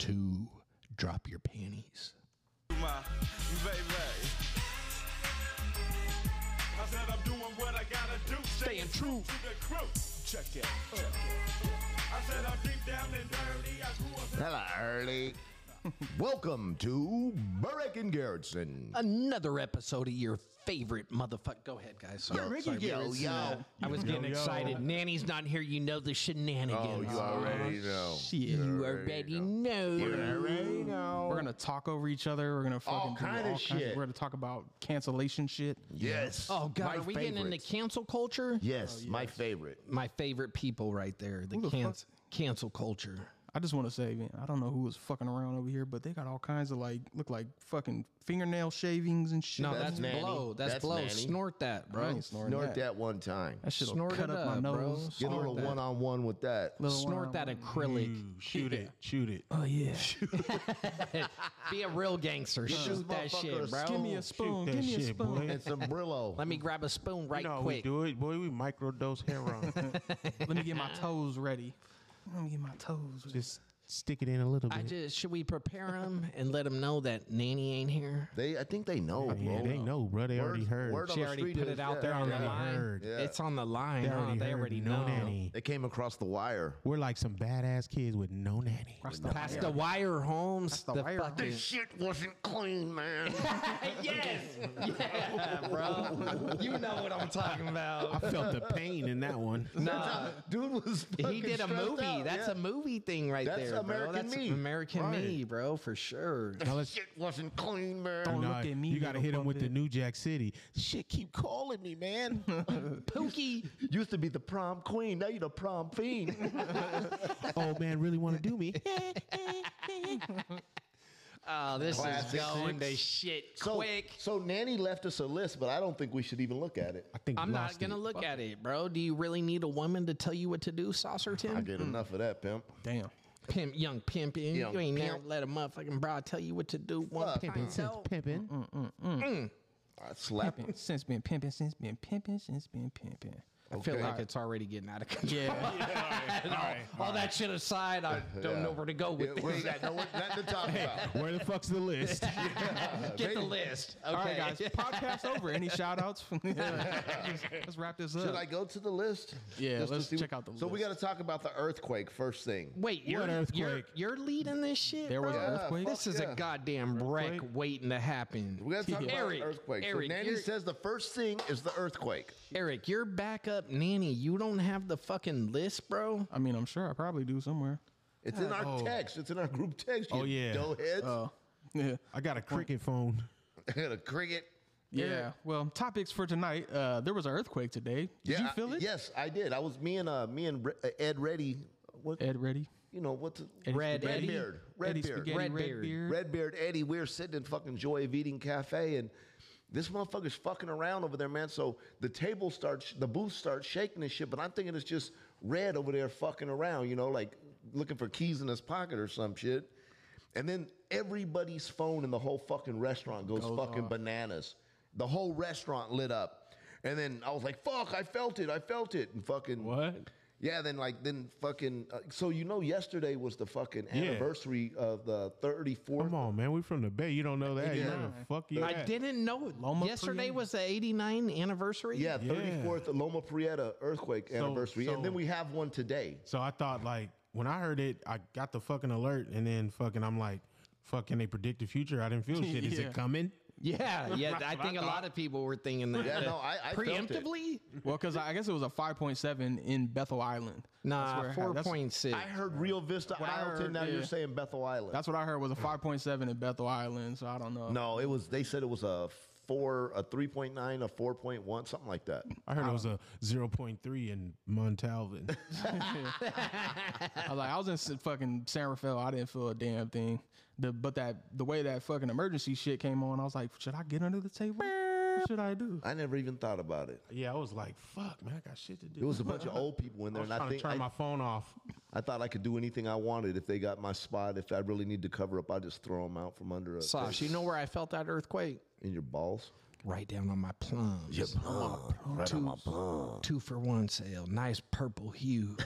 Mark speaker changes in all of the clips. Speaker 1: to Drop Your Panties.
Speaker 2: my baby. I said I'm doing what I gotta do, staying true to the crew. Check it. I said I'm deep down and dirty. I grew up.
Speaker 3: Hello, early. Welcome to Burek and Garrettson.
Speaker 1: Another episode of your favorite motherfucker. Go ahead, guys. Sorry.
Speaker 3: Yo,
Speaker 1: Sorry.
Speaker 3: yo, yo.
Speaker 1: I was getting excited. Nanny's not here. You know the
Speaker 3: Oh,
Speaker 1: shenanigans.
Speaker 3: you already know.
Speaker 1: You already know.
Speaker 3: already know.
Speaker 4: We're gonna talk over each other. We're gonna fucking
Speaker 3: All
Speaker 4: do
Speaker 3: kind of shit.
Speaker 4: we're gonna talk about cancellation shit.
Speaker 3: Yes.
Speaker 1: Oh God,
Speaker 3: My
Speaker 1: are we getting into
Speaker 3: favorite.
Speaker 1: cancel culture?
Speaker 3: Yes, my favorite.
Speaker 1: My favorite people right there. The,
Speaker 4: the
Speaker 1: can-
Speaker 4: fuck-
Speaker 1: cancel culture.
Speaker 4: I just want to say, man, I don't know who was fucking around over here, but they got all kinds of like look like fucking fingernail shavings and shit.
Speaker 1: No,
Speaker 3: That's
Speaker 1: that's,
Speaker 3: Manny.
Speaker 1: blow. That's,
Speaker 3: That's
Speaker 1: blow.
Speaker 3: Manny.
Speaker 1: Snort that, bro.
Speaker 4: I ain't snorting
Speaker 3: Snort
Speaker 4: that.
Speaker 3: that one time.
Speaker 4: That shit'll
Speaker 1: Snort
Speaker 4: cut
Speaker 1: it
Speaker 4: up, my
Speaker 1: up, bro.
Speaker 4: nose.
Speaker 3: Get a little one on one with that.
Speaker 4: Little
Speaker 1: Snort that
Speaker 4: one-on-one.
Speaker 1: acrylic.
Speaker 3: Mm.
Speaker 5: shoot it, shoot it.
Speaker 4: Oh yeah.
Speaker 1: Be a real gangster. Shoot that
Speaker 3: motherfucker a
Speaker 1: shit, bro.
Speaker 4: Give me a
Speaker 5: Shoot
Speaker 4: spoon.
Speaker 5: that
Speaker 4: Give me a
Speaker 5: shit,
Speaker 4: spoon.
Speaker 5: boy.
Speaker 3: And some Brillo.
Speaker 1: Let me grab a spoon right
Speaker 5: You know how we
Speaker 1: quick.
Speaker 5: do it, boy. We microdose heroin.
Speaker 4: Let me get my toes ready. Let me get my toes. Ready.
Speaker 5: Just stick it in a little bit.
Speaker 1: I just should we prepare them and let them know that Nanny ain't here?
Speaker 3: They, I think they know, bro.
Speaker 5: yeah, they know, bro. They
Speaker 3: Word-
Speaker 5: already heard.
Speaker 3: word on
Speaker 1: She
Speaker 3: the
Speaker 1: already
Speaker 3: street
Speaker 1: put
Speaker 3: is-
Speaker 1: it out
Speaker 3: yeah,
Speaker 1: there on
Speaker 3: they
Speaker 1: the
Speaker 3: already
Speaker 1: line.
Speaker 5: heard.
Speaker 3: Yeah.
Speaker 1: It's on the line. huh? they
Speaker 5: heard
Speaker 1: already
Speaker 5: no
Speaker 1: know.
Speaker 5: nanny.
Speaker 3: They came across the wire.
Speaker 5: We're like some badass kids with no nanny.
Speaker 1: Pass the wire, Holmes. the,
Speaker 4: the wire.
Speaker 1: fucking-
Speaker 3: shit wasn't clean, man.
Speaker 1: yes, yeah, bro. You know what I'm talking
Speaker 5: I
Speaker 1: about.
Speaker 5: felt the pain in that one.
Speaker 1: Nah.
Speaker 3: Dude was.
Speaker 1: He
Speaker 3: fucking
Speaker 1: did a
Speaker 3: stressed
Speaker 1: movie.
Speaker 3: out,
Speaker 1: That's
Speaker 3: yeah.
Speaker 1: a movie thing right
Speaker 3: That's
Speaker 1: there, bro.
Speaker 3: American
Speaker 1: That's
Speaker 3: Me.
Speaker 1: American
Speaker 3: Right.
Speaker 1: Me, bro, for sure.
Speaker 5: Now let's
Speaker 3: Shit wasn't clean, man.
Speaker 4: Don't
Speaker 5: Nah,
Speaker 4: look at me.
Speaker 5: You gotta
Speaker 4: little
Speaker 5: hit him with the
Speaker 4: puppet.
Speaker 5: New Jack City. Shit, keep calling me, man.
Speaker 1: Pookie.
Speaker 3: Used to be the prom queen. Now you the prom fiend.
Speaker 5: oh man, really want to do me?
Speaker 1: Oh, this is
Speaker 3: Classic.
Speaker 1: going to shit
Speaker 3: so,
Speaker 1: quick.
Speaker 3: So Nanny left us a list, but I don't think we should even look at it.
Speaker 5: I think
Speaker 1: I'm
Speaker 5: we
Speaker 1: not
Speaker 5: lost
Speaker 1: gonna
Speaker 5: it.
Speaker 1: look at it, bro. Do you really need a woman to tell you what to do, Saucer
Speaker 3: I
Speaker 1: Tim?
Speaker 3: get enough of that, pimp.
Speaker 4: Damn.
Speaker 1: Pimp, young pimpin.
Speaker 3: Young
Speaker 1: you ain't
Speaker 3: pimp.
Speaker 1: never let a motherfucking bra tell you what to do. One
Speaker 3: Fuck.
Speaker 1: pimpin'
Speaker 5: Pimpin' since pimpin'.
Speaker 3: I slap him.
Speaker 4: Since been pimping. Since been pimping. Since been pimping.
Speaker 1: I feel
Speaker 3: Okay.
Speaker 1: like it's already getting out of control.
Speaker 4: Yeah.
Speaker 1: all all that shit aside, I don't know where to go with
Speaker 3: Yeah, we
Speaker 1: this.
Speaker 3: got no nothing to talk about.
Speaker 5: Where the fuck's the list?
Speaker 1: Get the list. Okay,
Speaker 4: All right, guys. Podcast over. Any shout outs? Let's wrap this up.
Speaker 3: Should I go to the list?
Speaker 4: Yeah,
Speaker 3: to
Speaker 4: let's
Speaker 3: see-
Speaker 4: check out the
Speaker 3: So we
Speaker 4: list.
Speaker 3: got to talk about the earthquake first thing.
Speaker 1: Wait, you're, you're
Speaker 5: earthquake?
Speaker 1: you're leading this shit.
Speaker 4: There was
Speaker 1: bro?
Speaker 4: an earthquake?
Speaker 1: This is
Speaker 3: Yeah.
Speaker 1: a goddamn wreck waiting to happen.
Speaker 3: We got to talk about
Speaker 1: Eric,
Speaker 3: the earthquake.
Speaker 1: Eric,
Speaker 3: so Nanny
Speaker 1: you're-
Speaker 3: says the first thing is the earthquake.
Speaker 1: Eric, you're backup nanny. You don't have the fucking list, bro.
Speaker 4: I mean, I'm sure I probably do somewhere.
Speaker 3: It's in our text. It's in our group text. You
Speaker 5: Oh, yeah.
Speaker 3: dough heads.
Speaker 4: Yeah.
Speaker 5: I got a cricket phone.
Speaker 3: I got a cricket.
Speaker 4: Yeah. Well, topics for tonight. Uh, there was an earthquake today. Did
Speaker 3: Yeah,
Speaker 4: you feel
Speaker 3: I-
Speaker 4: it?
Speaker 3: Yes, I did. I was me and uh me and Re- uh, Ed Reddy. What
Speaker 4: Ed Ready.
Speaker 3: you know? What's the-
Speaker 1: Red
Speaker 3: Red
Speaker 1: Eddie.
Speaker 3: beard. Red
Speaker 4: Eddie
Speaker 3: beard.
Speaker 4: Spaghetti,
Speaker 1: Red
Speaker 4: Red,
Speaker 1: beard.
Speaker 4: beard.
Speaker 3: Redbeard Eddie, we were sitting in fucking Joy of Eating Cafe, and this motherfucker's fucking around over there, man. So the table starts, the booth starts shaking and shit, but I'm thinking it's just Red over there fucking around, you know, like looking for keys in his pocket or some shit. And then everybody's phone in the whole fucking restaurant goes, fucking bananas. The whole restaurant lit up. And then I was like, fuck, I felt it, I felt it. And fucking.
Speaker 4: What?
Speaker 3: Yeah, then like then fucking uh, so you know yesterday was the fucking anniversary of the 34th
Speaker 5: Come on, man. We from the Bay. You don't know that. You know the fuck you.
Speaker 1: I
Speaker 5: at?
Speaker 1: didn't know.
Speaker 4: Loma
Speaker 1: Yesterday
Speaker 4: Prieta.
Speaker 1: was the 89 anniversary.
Speaker 3: Yeah,
Speaker 5: Yeah.
Speaker 3: 34th Loma Prieta earthquake anniversary.
Speaker 5: so-
Speaker 3: and then we have one today.
Speaker 5: So I thought like when I heard it, I got the fucking alert, and then fucking I'm like, fucking they predict the future. I didn't feel shit. Is
Speaker 4: Yeah.
Speaker 5: it coming?
Speaker 1: Yeah, yeah.
Speaker 5: That's
Speaker 1: I
Speaker 5: what I
Speaker 1: think a lot of people were thinking that.
Speaker 3: Yeah, no, I- I felt it.
Speaker 1: preemptively.
Speaker 4: Well, because I guess it was a 5.7 in Bethel Island. That's
Speaker 1: Nah,
Speaker 4: where- that's-
Speaker 1: four point six.
Speaker 3: I heard Rio Vista
Speaker 4: I
Speaker 3: Isleton.
Speaker 4: heard,
Speaker 3: now you're
Speaker 4: yeah.
Speaker 3: saying Bethel Island.
Speaker 4: That's what I heard was a 5.7 in Bethel Island. So I don't know.
Speaker 3: no, it was they said it was a four, a three point nine, a four point one, something like that.
Speaker 5: I heard it was a 0.3 in Montalvin.
Speaker 4: I was like, I was in s- fucking San Rafael. I didn't feel a damn thing. The but that the way that fucking emergency shit came on, I was like, should I get under the table? What should I do?
Speaker 3: I never even thought about it.
Speaker 5: yeah, I was like, fuck, man, I got shit to do.
Speaker 3: It was a bunch of old people in
Speaker 5: I
Speaker 3: there,
Speaker 5: was
Speaker 3: and I
Speaker 5: trying to
Speaker 3: think
Speaker 5: turn
Speaker 3: I,
Speaker 5: my phone off.
Speaker 3: I thought I could do anything I wanted if they got my spot. If I really need to cover up, I just throw them out from under a
Speaker 1: Sauce. You know where I felt that earthquake?
Speaker 3: in your balls.
Speaker 1: right down on my plums.
Speaker 3: Right on my
Speaker 1: Two-
Speaker 3: bum.
Speaker 1: Two for one sale. Nice purple hue.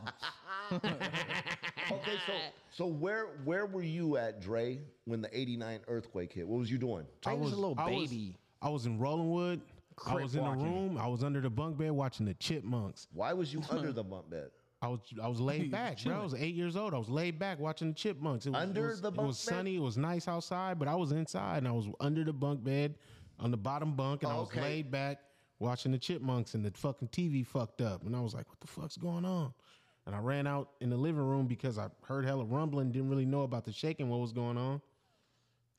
Speaker 3: Okay, so so where where were you at, Dre, when the '89 earthquake hit? What was you doing?
Speaker 1: I was a little baby.
Speaker 5: I was in Rollingwood. I
Speaker 1: Crip
Speaker 5: was in
Speaker 1: walking.
Speaker 5: the room. I was under the bunk bed watching the Chipmunks.
Speaker 3: Why was you under the bunk bed?
Speaker 5: I was I was laid back, bro. I was eight years old. I was laid back watching the Chipmunks. It was,
Speaker 3: Under
Speaker 5: it was,
Speaker 3: the
Speaker 5: It
Speaker 3: bunk
Speaker 5: was
Speaker 3: bed?
Speaker 5: sunny. It was nice outside, but I was inside and I was under the bunk bed on the bottom bunk, and I was
Speaker 3: Okay.
Speaker 5: laid back watching the Chipmunks, and the fucking TV fucked up, and I was like, "What the fuck's going on?" And I ran out in the living room because I heard hella rumbling. Didn't really know about the shaking. What was going on?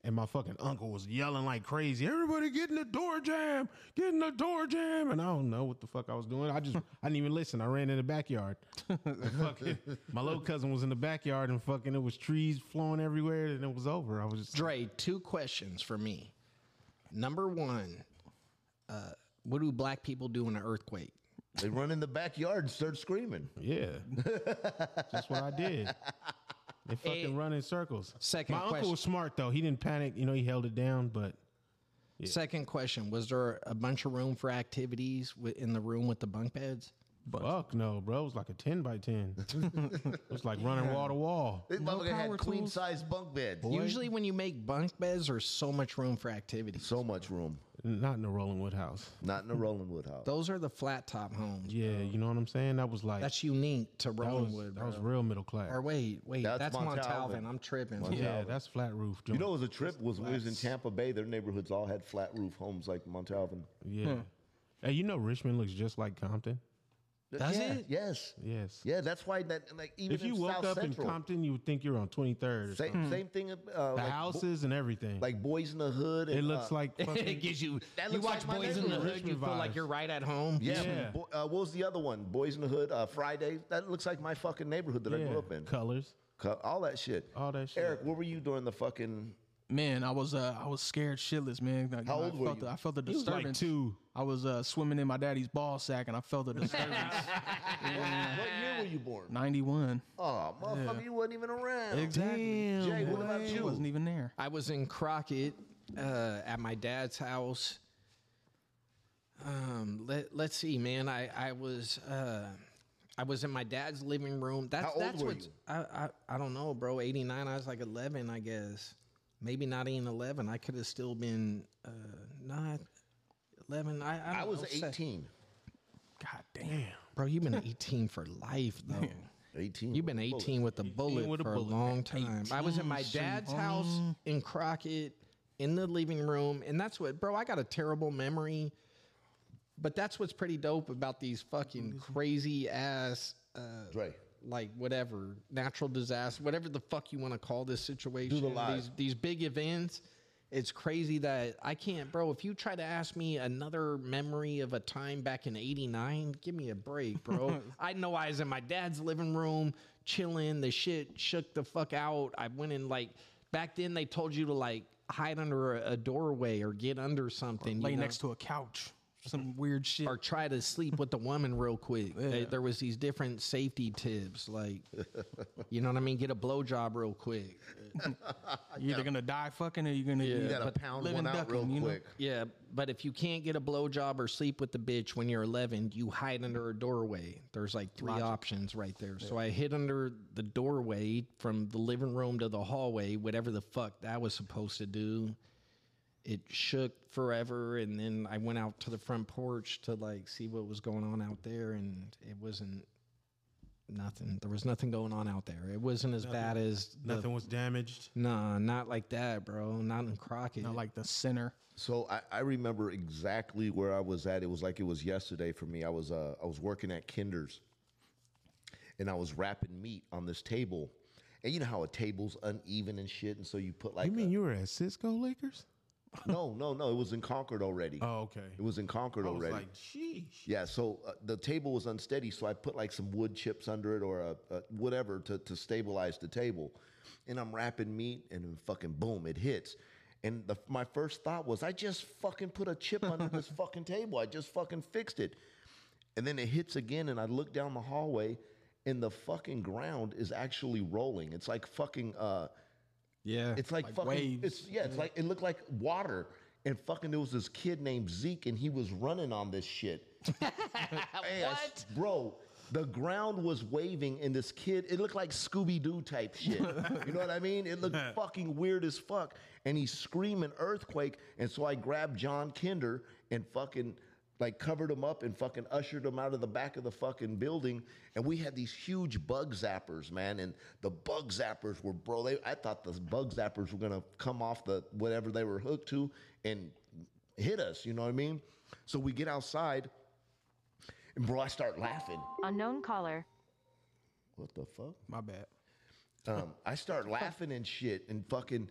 Speaker 5: And my fucking uncle was yelling like crazy. Everybody get in the door jam, get in the door jam. And I don't know what the fuck I was doing. I just I didn't even listen. I ran in the backyard. Fucking- my little cousin was in the backyard and fucking it was trees flowing everywhere and it was over. I was just
Speaker 1: Dre, two questions for me. Number one, uh, what do black people do in an earthquake?
Speaker 3: They run in the backyard and start screaming.
Speaker 5: Yeah. That's what I did. They fucking
Speaker 1: Eh,
Speaker 5: run in circles.
Speaker 1: second
Speaker 5: My
Speaker 1: question.
Speaker 5: uncle was smart though. He didn't panic. You know, he held it down, but
Speaker 1: Second question, was there a bunch of room for activities wi- in the room with the bunk beds?
Speaker 5: fuck no, bro. It was like a ten by ten. it was like running wall to wall.
Speaker 3: This motherfucker had
Speaker 4: power
Speaker 3: queen
Speaker 4: tools?
Speaker 3: size bunk beds.
Speaker 1: Usually when you make bunk beds, there's so much room for activities.
Speaker 3: So much room.
Speaker 5: Not in the Rolling Wood house.
Speaker 3: Not in the Rolling Wood house.
Speaker 1: Those are the flat top homes.
Speaker 5: Yeah, you know what I'm saying? That was like
Speaker 1: That's unique to
Speaker 5: that was,
Speaker 1: Rollingwood,
Speaker 5: that
Speaker 1: bro.
Speaker 5: was real middle class.
Speaker 1: Or wait, wait,
Speaker 3: That's
Speaker 1: that's,
Speaker 3: Montalvin.
Speaker 1: Montalvin. I'm tripping.
Speaker 5: yeah, that's flat roof. Joint.
Speaker 3: You know, it was a trip. Was we was in Tampa Bay. Their neighborhoods all had flat roof homes like Montalvin.
Speaker 5: yeah.
Speaker 1: Hmm.
Speaker 5: Hey, you know Richmond looks just like Compton.
Speaker 1: Does
Speaker 3: yeah,
Speaker 1: it?
Speaker 3: Yes.
Speaker 5: Yes.
Speaker 3: Yeah, that's why that like even
Speaker 5: if you
Speaker 3: in
Speaker 5: woke
Speaker 3: South
Speaker 5: up
Speaker 3: Central,
Speaker 5: in Compton, you would think you're on 23rd. Or
Speaker 3: same,
Speaker 5: something.
Speaker 3: same thing. Uh,
Speaker 5: The
Speaker 3: like,
Speaker 5: houses and everything.
Speaker 3: like Boys in the Hood. And,
Speaker 5: it looks
Speaker 3: uh,
Speaker 5: like fucking,
Speaker 1: gives you.
Speaker 3: That
Speaker 1: you
Speaker 3: looks
Speaker 1: watch
Speaker 3: like my
Speaker 1: Boys in the
Speaker 3: neighborhood.
Speaker 1: Hood, you feel
Speaker 5: Vibes.
Speaker 1: like you're right at home.
Speaker 3: yeah.
Speaker 5: Yeah.
Speaker 3: Bo- uh, what was the other one? Boys in the Hood. Uh, Friday. That looks like my fucking neighborhood that I grew
Speaker 5: yeah,
Speaker 3: up in.
Speaker 5: colors.
Speaker 3: Co- all that shit.
Speaker 5: All that shit.
Speaker 3: Eric, what were you doing the fucking?
Speaker 4: Man, I was uh, I was scared shitless, man. Like,
Speaker 3: How
Speaker 4: I
Speaker 3: old were
Speaker 4: felt
Speaker 3: you?
Speaker 4: The, I felt the
Speaker 5: was like
Speaker 4: disturbance.
Speaker 5: two.
Speaker 4: I was uh, swimming in my daddy's ball sack, and I felt the disturbance.
Speaker 3: What year were you born?
Speaker 4: Ninety one.
Speaker 3: Oh, motherfucker, you wasn't even around.
Speaker 4: Exactly.
Speaker 3: Jay, what about
Speaker 4: She
Speaker 3: you?
Speaker 4: wasn't even there.
Speaker 1: I was in Crockett uh, at my dad's house. Um, let, let's see, man. I, I was uh, I was in my dad's living room. That's
Speaker 3: How old
Speaker 1: that's
Speaker 3: were
Speaker 1: what's
Speaker 3: you?
Speaker 1: I, I I don't know, bro. Eighty nine. I was like eleven, I guess. Maybe not even eleven. I could have still been uh, not eleven. I I,
Speaker 3: I
Speaker 1: don't
Speaker 3: was
Speaker 1: know, say-
Speaker 3: 18.
Speaker 4: God damn.
Speaker 1: bro. You've been eighteen for life, though.
Speaker 3: 18.
Speaker 1: You've been 18 with a bullet
Speaker 5: with a
Speaker 1: for a,
Speaker 5: bullet.
Speaker 1: long time. I was in my dad's house in Crockett in the living room. And that's what, bro, I got a terrible memory. But that's what's pretty dope about these fucking crazy ass, uh,
Speaker 3: Dre.
Speaker 1: like whatever, natural disaster, whatever the fuck you want to call this situation.
Speaker 3: live.
Speaker 1: These, these big events. It's crazy that I can't, bro. If you try to ask me another memory of a time back in '89, give me a break, bro. I know I was in my dad's living room chilling. The shit shook the fuck out. I went in like back then. They told you to like hide under a, a doorway or get under something.
Speaker 4: Lay
Speaker 1: you know?
Speaker 4: next to a couch. Some weird shit.
Speaker 1: or try to sleep with the woman real quick. They- there was these different safety tips, like you know what I mean. Get a blowjob real quick.
Speaker 4: You're either gonna die fucking or you're gonna
Speaker 1: You
Speaker 4: yeah,
Speaker 3: gotta
Speaker 4: but
Speaker 3: pound
Speaker 4: live
Speaker 3: one
Speaker 4: and
Speaker 3: out
Speaker 4: duck 'em,
Speaker 3: real
Speaker 4: you know?
Speaker 3: quick.
Speaker 1: Yeah, but if you can't get a blowjob or sleep with the bitch when you're 11, you hide under a doorway. There's like three options right there. So I hid under the doorway from the living room to the hallway, whatever the fuck that was supposed to do. It shook forever, and then I went out to the front porch to like see what was going on out there, and it wasn't nothing. There was nothing going on out there. It wasn't as bad as the.
Speaker 5: Nothing was damaged.
Speaker 1: Nah, not like that, bro. Not in Crockett.
Speaker 4: Not like the center.
Speaker 3: So I, I remember exactly where I was at. It was like it was yesterday for me. I was uh, I was working at Kinder's, and I was wrapping meat on this table, and you know how a table's uneven and shit, and so you put like
Speaker 5: You mean
Speaker 3: a-
Speaker 5: you were at Cisco Lakers?
Speaker 3: no no no it was in Concord already.
Speaker 5: Oh, okay.
Speaker 3: It was in Concord
Speaker 5: I was
Speaker 3: already.
Speaker 5: like, sheesh.
Speaker 3: Yeah, so uh, the table was unsteady, so I put like some wood chips under it or a, a whatever to, to stabilize the table. And I'm wrapping meat, and then fucking boom, it hits. And the, my first thought was, I just fucking put a chip under this fucking table. I just fucking fixed it. And then it hits again, and I look down the hallway, and the fucking ground is actually rolling. It's like fucking, uh,
Speaker 1: yeah.
Speaker 3: it's like, fucking,
Speaker 4: waves.
Speaker 3: it's yeah, it's like it looked like water. and fucking there was this kid named Zeke, and he was running on this shit. Hey, I
Speaker 1: What?
Speaker 3: s- bro? The ground was waving, and this kid, it looked like Scooby Doo type shit. you know what I mean? It looked fucking weird as fuck. And he's screaming earthquake. And so I grabbed John Kinder and fucking like covered him up and fucking ushered him out of the back of the fucking building. And we had these huge bug zappers, man. And the bug zappers were, bro, they, I thought the bug zappers were gonna come off the whatever they were hooked to and hit us. You know what I mean? So we get outside. And bro, I start laughing.
Speaker 6: Unknown caller.
Speaker 3: What the fuck?
Speaker 4: My bad.
Speaker 3: Um, I start laughing and shit and fucking.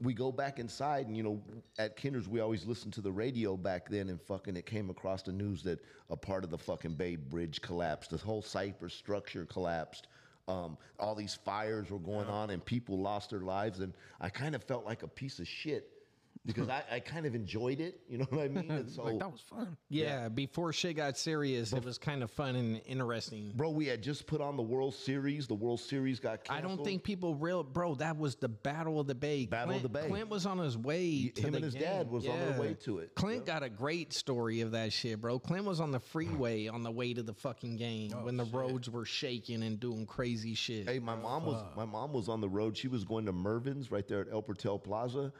Speaker 3: We go back inside, and you know, at Kinder's, we always listened to the radio back then, and fucking it came across the news that a part of the fucking Bay Bridge collapsed. The whole Cypress structure collapsed. Um, all these fires were going on, and people lost their lives. And I kind of felt like a piece of shit because I, I kind of enjoyed it. You know what I mean? And so
Speaker 4: That was fun.
Speaker 1: Yeah, before shit got serious, it was kind of fun and interesting.
Speaker 3: Bro, we had just put on the World Series. The World Series got
Speaker 1: I
Speaker 3: canceled.
Speaker 1: don't think people real, bro. That was the Battle of the Bay.
Speaker 3: Battle of
Speaker 1: Clint-
Speaker 3: the Bay.
Speaker 1: Clint was on his way. To
Speaker 3: him
Speaker 1: the
Speaker 3: and his dad
Speaker 1: game.
Speaker 3: was on their
Speaker 1: Yeah.
Speaker 3: way to it.
Speaker 1: Clint got a great story of that shit, bro. Clint was on the freeway on the way to the fucking game when the roads were shaking and doing crazy shit.
Speaker 3: Hey, my mom was my mom was on the road. She was going to Mervin's right there at El Portel Plaza,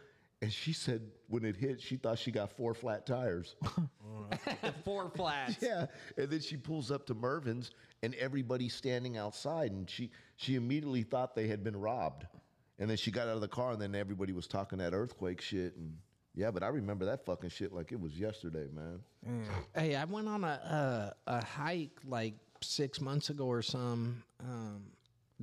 Speaker 3: and she said when it hit, she thought she got four flat tires.
Speaker 1: The four flats.
Speaker 3: yeah, and then she pulls up to Mervin's, and everybody's standing outside, and she she immediately thought they had been robbed, and then she got out of the car, and then everybody was talking that earthquake shit, and yeah, but I remember that fucking shit like it was yesterday, man.
Speaker 1: Hey, I went on a a, a hike like six months ago or some um,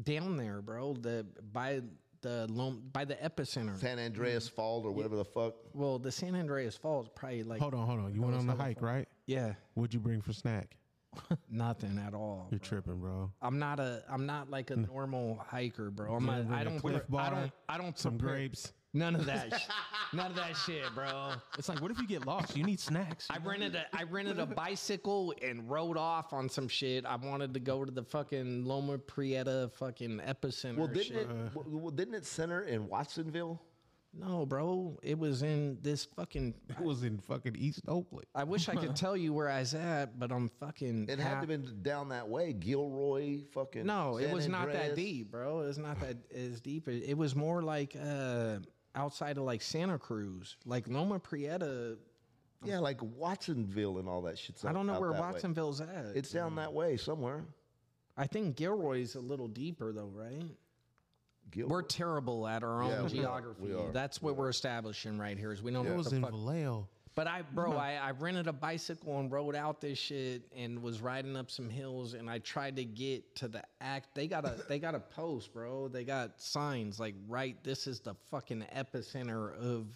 Speaker 1: down there, bro. The by the Lom- by the epicenter.
Speaker 3: San Andreas Fault or whatever the fuck.
Speaker 1: well, the San Andreas Fault is probably like
Speaker 5: Hold on, hold on. You went on the hike, right?
Speaker 1: yeah,
Speaker 5: What'd you bring for snack?
Speaker 1: nothing at all.
Speaker 5: You're tripping, bro.
Speaker 1: I'm not a I'm not like a normal hiker, bro. I'm a,
Speaker 5: bring
Speaker 1: I
Speaker 5: a
Speaker 1: don't
Speaker 5: Clif
Speaker 1: pre- I
Speaker 5: Bar,
Speaker 1: don't I don't
Speaker 5: Some
Speaker 1: prepare-
Speaker 5: grapes.
Speaker 1: None of that. sh- none of that shit, bro.
Speaker 4: It's like, what if you get lost? You need snacks.
Speaker 1: I rented a I rented a bicycle and rode off on some shit. I wanted to go to the fucking Loma Prieta fucking epicenter.
Speaker 3: Well,
Speaker 1: shit.
Speaker 3: didn't it? w- Well, didn't it center in Watsonville?
Speaker 1: No, bro. It was in this fucking.
Speaker 5: It was in fucking East Oakland.
Speaker 1: I wish I could tell you where I was at, but I'm fucking.
Speaker 3: It had to
Speaker 1: ha-
Speaker 3: have been down that way, Gilroy, fucking.
Speaker 1: No, it
Speaker 3: San
Speaker 1: was not that
Speaker 3: Andreas.
Speaker 1: deep, bro. It was not that as deep. It, it was more like uh, outside of like Santa Cruz, like Loma Prieta.
Speaker 3: Yeah, like Watsonville and all that shit.
Speaker 1: I don't know where
Speaker 3: Watsonville.
Speaker 1: Watsonville's at.
Speaker 3: It's down that way somewhere.
Speaker 1: I think Gilroy's a little deeper though, right?
Speaker 3: Gilroy.
Speaker 1: We're terrible at our
Speaker 3: Yeah,
Speaker 1: own
Speaker 3: we are.
Speaker 1: geography.
Speaker 3: We are.
Speaker 1: That's what we're establishing right here. Is we don't know
Speaker 5: It
Speaker 1: what
Speaker 5: was
Speaker 1: the
Speaker 5: in
Speaker 1: fuck
Speaker 5: Vallejo.
Speaker 1: But I,
Speaker 3: Uh-huh.
Speaker 1: bro, I, I rented a bicycle and rode out this shit and was riding up some hills and I tried to get to the act. They got a they got a post, bro. They got signs like right. This is the fucking epicenter of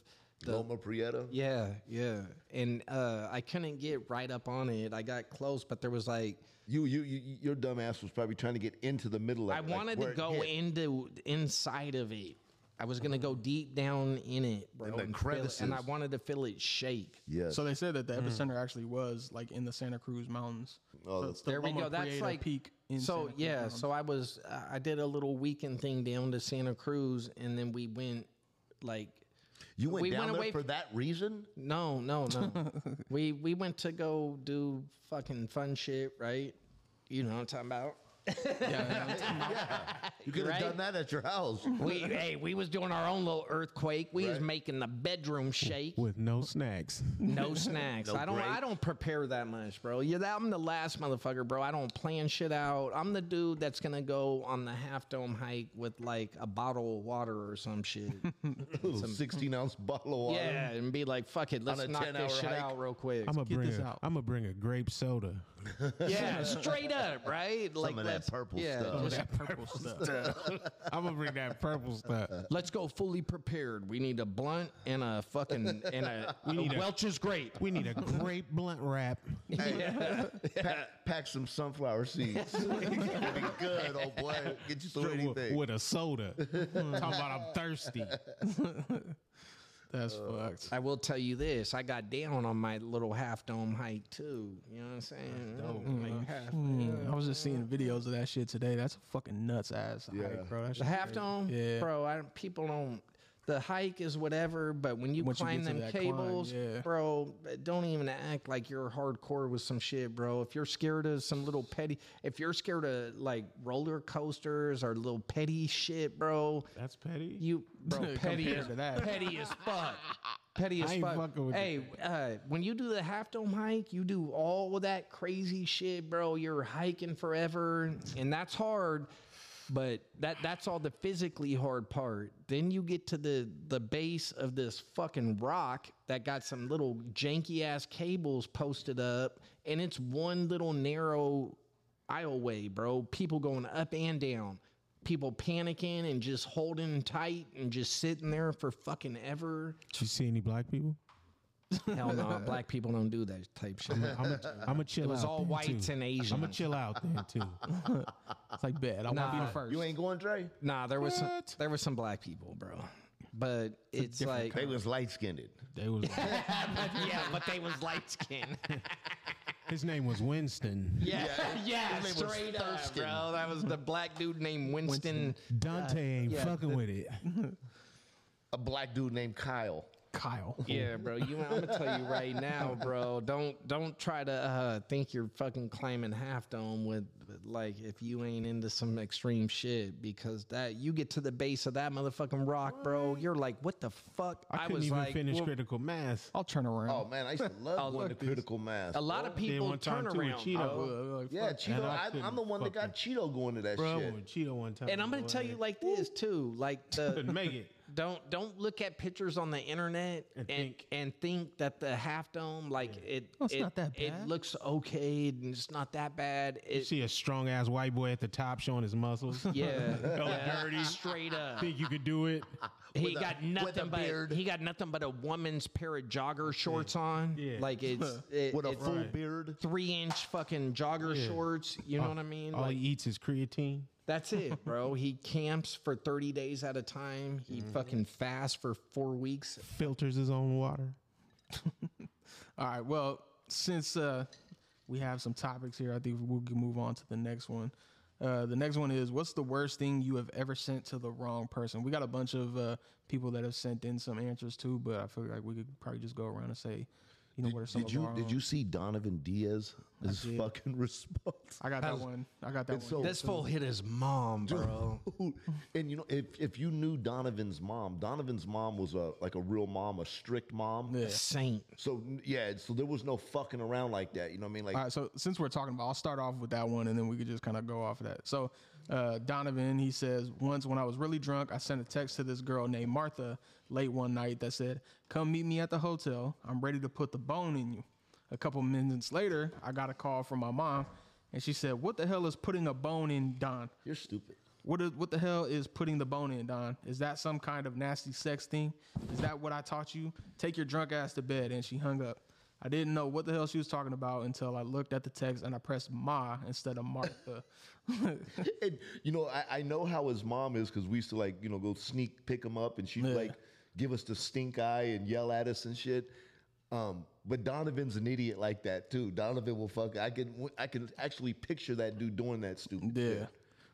Speaker 1: the
Speaker 3: Loma Prieta.
Speaker 1: yeah yeah. And uh, I couldn't get right up on it. I got close, but there was like
Speaker 3: You, you, you, your dumb ass was probably trying to get into the middle of
Speaker 1: I
Speaker 3: it. like
Speaker 1: wanted
Speaker 3: where
Speaker 1: to
Speaker 3: it
Speaker 1: go
Speaker 3: hit. Uh-huh.
Speaker 1: into inside of it. I was gonna go deep down in it, bro,
Speaker 3: the
Speaker 1: and feel it- and I
Speaker 3: crevices.
Speaker 1: wanted to feel it shake.
Speaker 3: Yes.
Speaker 4: So they said that the epicenter actually was like in the Santa Cruz Mountains.
Speaker 3: Mm. Oh,
Speaker 4: so
Speaker 3: the-
Speaker 4: it's the
Speaker 1: there we
Speaker 4: Loma
Speaker 1: go. That's
Speaker 4: Prieta
Speaker 1: like
Speaker 4: peak. In
Speaker 1: so
Speaker 4: Santa Cruz
Speaker 1: yeah.
Speaker 4: Mountains.
Speaker 1: So I was I- I did a little weekend thing down to Santa Cruz, and then we went like
Speaker 3: you went
Speaker 1: we
Speaker 3: down
Speaker 1: went
Speaker 3: there
Speaker 1: away
Speaker 3: for
Speaker 1: f-
Speaker 3: that reason.
Speaker 1: no no no. we we went to go do fucking fun shit, right? You know what I'm talking about.
Speaker 3: You could have
Speaker 1: Right?
Speaker 3: done that at your house.
Speaker 1: We hey we was doing our own little earthquake. We was making the bedroom shake.
Speaker 5: With no snacks.
Speaker 1: No snacks. I don't. I don't prepare that much, bro. Yeah, that, I'm the last motherfucker, bro. I don't plan shit out. I'm the dude that's gonna go on the half dome hike with like a bottle of water or some shit.
Speaker 3: Little sixteen ounce bottle of water.
Speaker 1: yeah, and be like, fuck it, let's
Speaker 3: a
Speaker 1: knock this
Speaker 3: 10-hour
Speaker 1: shit
Speaker 3: hike.
Speaker 1: out real quick.
Speaker 5: I'm gonna
Speaker 4: get
Speaker 5: bring
Speaker 4: this
Speaker 5: a,
Speaker 4: out.
Speaker 5: I'm gonna bring a grape soda.
Speaker 1: yeah, straight up, right? Like
Speaker 3: of that
Speaker 1: let's-
Speaker 3: purple
Speaker 1: yeah,
Speaker 3: stuff.
Speaker 1: just-
Speaker 5: that purple stuff. I'm gonna bring that purple stuff.
Speaker 1: let's go fully prepared. We need a blunt and a fucking and a, we
Speaker 5: need a-
Speaker 1: Welch's grape.
Speaker 5: We need a grape blunt wrap.
Speaker 3: Pack, pack some sunflower seeds. It'll be good, old boy. Get you through
Speaker 5: with,
Speaker 3: anything.
Speaker 5: with a soda. Talking about I'm thirsty.
Speaker 4: that's
Speaker 3: Oh.
Speaker 4: fucked.
Speaker 1: I will tell you this: I got down on my little half dome hike too. You know what I'm saying? Mm-hmm. Like half,
Speaker 4: Mm, I was just seeing videos of that shit today. That's a fucking nuts ass hike, bro. That
Speaker 1: The
Speaker 4: shit-
Speaker 1: half dome,
Speaker 4: Yeah.
Speaker 1: bro. I don't, people don't. The hike is whatever, but when you
Speaker 4: Once you
Speaker 1: climb
Speaker 4: get to
Speaker 1: them
Speaker 4: that climb,
Speaker 1: cables,
Speaker 4: yeah.
Speaker 1: bro, don't even act like you're hardcore with some shit, bro. If you're scared of some little petty, if you're scared of like roller coasters or little petty shit, bro,
Speaker 5: That's petty.
Speaker 1: you bro, petty
Speaker 4: Compared
Speaker 1: as
Speaker 4: to that.
Speaker 1: petty as fuck. Petty as
Speaker 5: ain't
Speaker 1: fuck.
Speaker 5: fucking with
Speaker 1: hey, uh, when you do the half dome hike, you do all that crazy shit, bro. You're hiking forever, and that's hard. But that that's all the physically hard part. Then you get to the the base of this fucking rock that got some little janky ass cables posted up, and it's one little narrow aisleway, bro. People going up and down. People panicking and just holding tight and just sitting there for fucking ever.
Speaker 5: Did you see any black people?
Speaker 1: Hell no, black people don't do that type shit.
Speaker 5: I'm gonna I'm chill out.
Speaker 1: It was all
Speaker 5: then,
Speaker 1: whites
Speaker 5: too.
Speaker 1: and
Speaker 5: I'm gonna
Speaker 1: Asians.
Speaker 5: chill out then too.
Speaker 4: It's like bad. I want to be
Speaker 1: Nah.
Speaker 4: the first.
Speaker 3: You ain't going, Dre?
Speaker 1: Nah, there was some, there was some black people, bro. But it's like
Speaker 3: They was light skinned.
Speaker 5: They was.
Speaker 1: yeah, but they was light skinned.
Speaker 5: His name was Winston.
Speaker 1: Yeah, yeah,
Speaker 3: His name was
Speaker 1: straight up,
Speaker 3: Thurston.
Speaker 1: bro. That was the black dude named Winston.
Speaker 5: Dante ain't fucking with it.
Speaker 3: A black dude named Kyle.
Speaker 4: Kyle.
Speaker 1: Yeah, bro. You, I'm gonna tell you right now, bro. Don't don't try to uh, think you're fucking climbing half dome with with, like if you ain't into some extreme shit because that you get to the base of that motherfucking rock, bro. You're like, what the fuck?
Speaker 5: I couldn't
Speaker 1: was
Speaker 5: even
Speaker 1: like,
Speaker 5: finish
Speaker 1: well,
Speaker 5: critical mass.
Speaker 4: I'll turn around.
Speaker 3: Oh man, I used to love going to Critical Mass.
Speaker 1: a lot of
Speaker 5: Did
Speaker 1: people
Speaker 5: one time
Speaker 1: turn
Speaker 5: too with
Speaker 1: around. Oh,
Speaker 5: Cheeto.
Speaker 1: bro.
Speaker 4: Uh, like,
Speaker 3: Yeah,
Speaker 4: fuck.
Speaker 3: Cheeto. I,
Speaker 5: I couldn't
Speaker 3: I'm the one that got Cheeto going to that
Speaker 5: Bro, I
Speaker 3: shit.
Speaker 5: went with Cheeto one time.
Speaker 1: And I'm gonna tell you like this too, like
Speaker 5: couldn't
Speaker 1: the
Speaker 5: make it.
Speaker 1: don't don't look at pictures on the internet and
Speaker 5: And
Speaker 1: and think,
Speaker 5: think.
Speaker 1: that the half dome like it
Speaker 4: Oh, it's
Speaker 1: it,
Speaker 4: not that
Speaker 1: it
Speaker 4: bad.
Speaker 1: looks okay and it's not that bad. It,
Speaker 5: See a strong ass white boy at the top showing his muscles.
Speaker 1: Yeah,
Speaker 5: Hella
Speaker 1: yeah.
Speaker 5: dirty.
Speaker 1: straight up.
Speaker 5: Think you could do it?
Speaker 1: He
Speaker 3: With a-
Speaker 1: got
Speaker 3: with
Speaker 1: nothing
Speaker 3: a
Speaker 1: but
Speaker 3: beard.
Speaker 1: he got nothing but a woman's pair of jogger shorts on.
Speaker 5: Yeah.
Speaker 1: like it's it,
Speaker 3: with a
Speaker 1: it's
Speaker 3: full beard. Uh,
Speaker 1: three inch fucking jogger
Speaker 5: Yeah.
Speaker 1: shorts. You know what I mean?
Speaker 5: All
Speaker 1: Like
Speaker 5: he eats is creatine.
Speaker 1: that's it, bro. He camps for thirty days at a time. He fucking fasts for four weeks.
Speaker 5: Filters his own water.
Speaker 4: All right. Well, since uh, we have some topics here, I think we can move on to the next one. Uh, the next one is what's the worst thing you have ever sent to the wrong person? We got a bunch of uh, people that have sent in some answers too, but I feel like we could probably just go around and say, you know, what are some
Speaker 3: Did
Speaker 4: of
Speaker 3: you
Speaker 4: our
Speaker 3: did
Speaker 4: own-
Speaker 3: you see Donovan Diaz? His
Speaker 4: did.
Speaker 3: fucking response.
Speaker 4: I got that one. I got that one.
Speaker 3: It's so-
Speaker 1: This fool hit his mom, bro.
Speaker 3: and you know, if if you knew Donovan's mom, Donovan's mom was a like a real mom, a strict mom.
Speaker 4: Yeah.
Speaker 1: Saint.
Speaker 3: So yeah, so there was no fucking around like that. You know what I mean? Like
Speaker 4: All right, so since we're talking about, I'll start off with that one, and then we could just kind of go off of that. So, uh, Donovan, he says, once when I was really drunk, I sent a text to this girl named Martha late one night that said, "Come meet me at the hotel. I'm ready to put the bone in you." A couple minutes later, I got a call from my mom, and she said, "What the hell is putting a bone in Don?
Speaker 3: you're stupid.
Speaker 4: What is, what the hell is putting the bone in Don? Is that some kind of nasty sex thing? Is that what I taught you? Take your drunk ass to bed." And she hung up. I didn't know what the hell she was talking about until I looked at the text and I pressed Ma instead of Martha.
Speaker 3: And you know, I, I know how his mom is because we used to like you know go sneak pick him up, and she'd like give us the stink eye and yell at us and shit. Um, but Donovan's an idiot like that too. Donovan will fuck. I can I can actually picture that dude doing that stupid
Speaker 4: Yeah.
Speaker 3: shit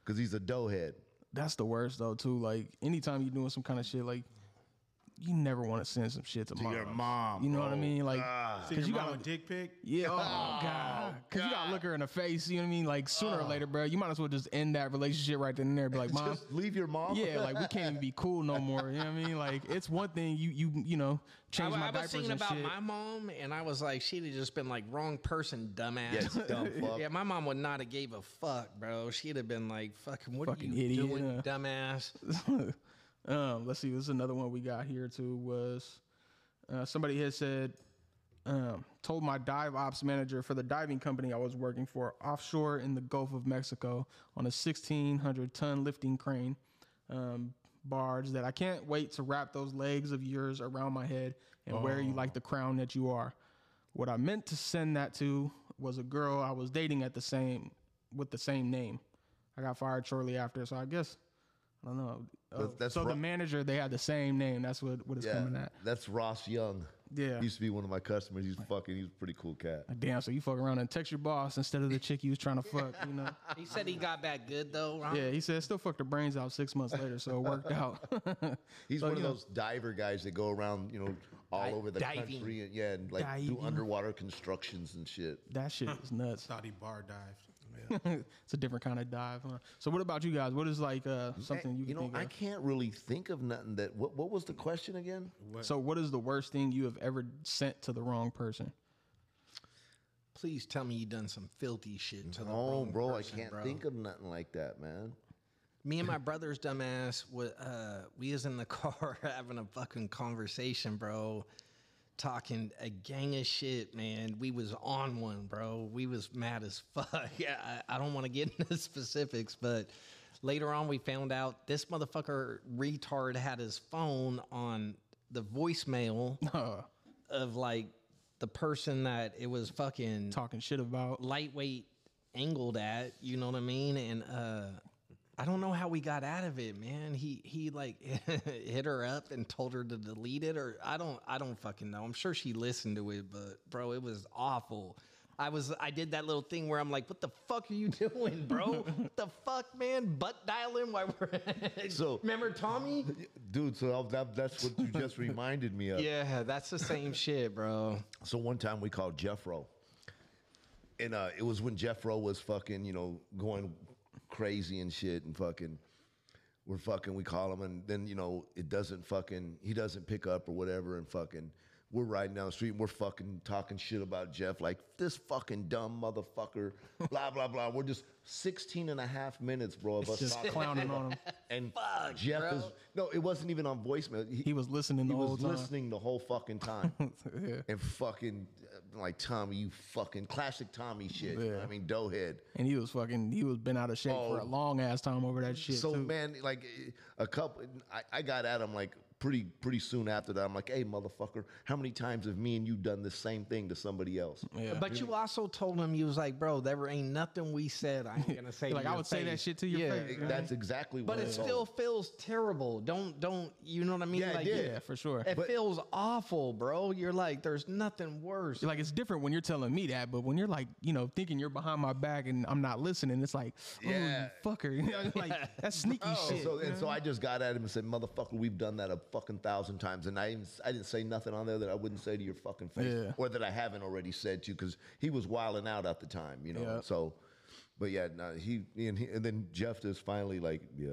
Speaker 3: because he's a doughhead.
Speaker 4: That's the worst though too. Like anytime you're doing some kind of shit, like you never want to send some shit to, mom.
Speaker 3: your mom,
Speaker 4: You know what I
Speaker 3: bro. Ah.
Speaker 4: mean? Like because you got to
Speaker 5: dick pic.
Speaker 4: Yeah. Oh, God. Because you got to look her in the face. You know what I mean? Like sooner or later, bro, you might as well just end that relationship right then and there. Be like, mom.
Speaker 3: Ah. Just leave your mom.
Speaker 4: Yeah, like we can't even be cool no more. You know what I mean? Like it's one thing you you you know change
Speaker 1: I,
Speaker 4: my
Speaker 1: I was
Speaker 4: diapers
Speaker 1: thinking
Speaker 4: and
Speaker 1: about
Speaker 4: shit.
Speaker 1: my mom, and I was like, she'd have just been like, wrong person, dumbass.
Speaker 3: Yes, dumb fuck.
Speaker 1: Yeah, my mom would not have gave a fuck, bro. She'd have been like, "Fucking what
Speaker 4: Fucking
Speaker 1: are you
Speaker 4: idiot,
Speaker 1: doing,
Speaker 4: huh?
Speaker 1: dumbass?"
Speaker 4: um, let's see. This is another one we got here too. Was uh, somebody had said, um, told my dive ops manager for the diving company I was working for offshore in the Gulf of Mexico on a 1,600 ton lifting crane um, barge that I can't wait to wrap those legs of yours around my head and wear you
Speaker 3: Oh.
Speaker 4: like the crown that you are. What I meant to send that to was a girl I was dating at the same with the same name. I got fired shortly after, so I guess I don't know. Oh,
Speaker 3: That's- that's
Speaker 4: so the
Speaker 3: right.
Speaker 4: manager, they had the same name. That's what what it's
Speaker 3: Yeah,
Speaker 4: coming at.
Speaker 3: that's Ross Young.
Speaker 4: Yeah.
Speaker 3: He used to be one of my customers. He's fucking. He's a pretty cool cat.
Speaker 4: Like, damn, so you fuck around and text your boss instead of the chick you was trying to fuck, you know?
Speaker 1: He said he got back good though. Ron.
Speaker 4: Yeah, he said still fucked her brains out six months later, so it worked out.
Speaker 3: He's
Speaker 4: So,
Speaker 3: one of
Speaker 4: you know,
Speaker 3: those diver guys that go around, you know, all
Speaker 1: Di-
Speaker 3: over the
Speaker 1: diving.
Speaker 3: country and yeah, and like do
Speaker 4: Diving.
Speaker 3: underwater constructions and shit.
Speaker 4: That shit is nuts.
Speaker 5: Saudi bar dived.
Speaker 4: it's a different kind of dive. Huh? So what about you guys? What is like uh, something you,
Speaker 3: Eh, you
Speaker 4: can
Speaker 3: know,
Speaker 4: think
Speaker 3: I
Speaker 4: of?
Speaker 3: can't really think of nothing that. What what was the question again?
Speaker 4: So what is the worst thing you have ever sent to the wrong person?
Speaker 1: Please tell me you done some filthy shit to the
Speaker 3: Oh,
Speaker 1: wrong
Speaker 3: bro,
Speaker 1: person,
Speaker 3: I can't
Speaker 1: bro.
Speaker 3: think of nothing like that, man.
Speaker 1: Me and my brother's dumbass, wa- uh, we was in the car having a fucking conversation, bro. Talking a gang of shit, man. We was on one, bro. We was mad as fuck. Yeah, I, I don't want to get into specifics, but later on we found out this motherfucker retard had his phone on the voicemail
Speaker 4: Uh,
Speaker 1: of like the person that it was fucking
Speaker 4: talking shit about.
Speaker 1: lightweight angled at, you know what I mean? And uh I don't know how we got out of it, man. He he like hit her up and told her to delete it or I don't I don't fucking know. I'm sure she listened to it, but bro, it was awful. I was I did that little thing where I'm like, what the fuck are you doing, bro? what the fuck, man? Butt dialing while we're
Speaker 3: So-
Speaker 1: remember Tommy?
Speaker 3: Dude, so I'll- that, that's what you just reminded me of.
Speaker 1: Yeah, that's the same shit, bro.
Speaker 3: So one time we called Jeffro, and uh, it was when Jeffro was fucking, you know, going crazy and shit, and fucking, we're fucking. We call him, and then you know it doesn't fucking. He doesn't pick up or whatever, and fucking. We're riding down the street and we're fucking talking shit about Jeff, like this fucking dumb motherfucker, blah, blah, blah. We're just 16 and a half minutes, bro, of us
Speaker 4: Just
Speaker 3: talking.
Speaker 4: clowning on him.
Speaker 3: And
Speaker 1: Fuck,
Speaker 3: Jeff
Speaker 1: bro.
Speaker 3: is, no, it wasn't even on voicemail.
Speaker 4: He was uh, listening the
Speaker 3: he was
Speaker 4: whole time.
Speaker 3: listening the whole fucking time.
Speaker 4: Yeah.
Speaker 3: And fucking uh, like Tommy, you fucking classic Tommy shit. you know what I mean, doughhead.
Speaker 4: And he was fucking, he was been out of shape for a
Speaker 3: Oh.
Speaker 4: long ass time over that shit.
Speaker 3: So
Speaker 4: too.
Speaker 3: man, like eh, a couple, I, I got at him like pretty pretty soon after that. I'm like, hey motherfucker, how many times have me and you done the same thing to somebody else?
Speaker 4: Yeah.
Speaker 1: But you also told him you was like, bro, there ain't nothing we said. I ain't gonna say. to
Speaker 4: like I
Speaker 1: your
Speaker 4: would say that
Speaker 1: face."
Speaker 4: shit to your
Speaker 1: Yeah.
Speaker 4: face.
Speaker 3: Eh, That's exactly
Speaker 1: But
Speaker 3: what
Speaker 1: it
Speaker 3: it's
Speaker 1: still feels terrible. Don't don't you know what I mean?
Speaker 3: Yeah, it
Speaker 1: like,
Speaker 3: did.
Speaker 4: Yeah, for sure.
Speaker 1: It feels awful, bro. You're like, there's nothing worse.
Speaker 4: like it's different when you're telling me that, but when you're like, you know, thinking you're behind my back and I'm not listening, it's like, oh,
Speaker 3: Yeah.
Speaker 4: you fucker, you know, like that's sneaky
Speaker 3: And
Speaker 4: shit.
Speaker 3: so, and so I just got at him and said, "Motherfucker, we've done that a fucking thousand times." And I didn't, I didn't say nothing on there that I wouldn't say to your fucking face,
Speaker 4: Yeah.
Speaker 3: or that I haven't already said to you, because he was wilding out at the time, you know.
Speaker 4: Yeah.
Speaker 3: So, but yeah, no, he and, he and then Jeff just finally like, yeah,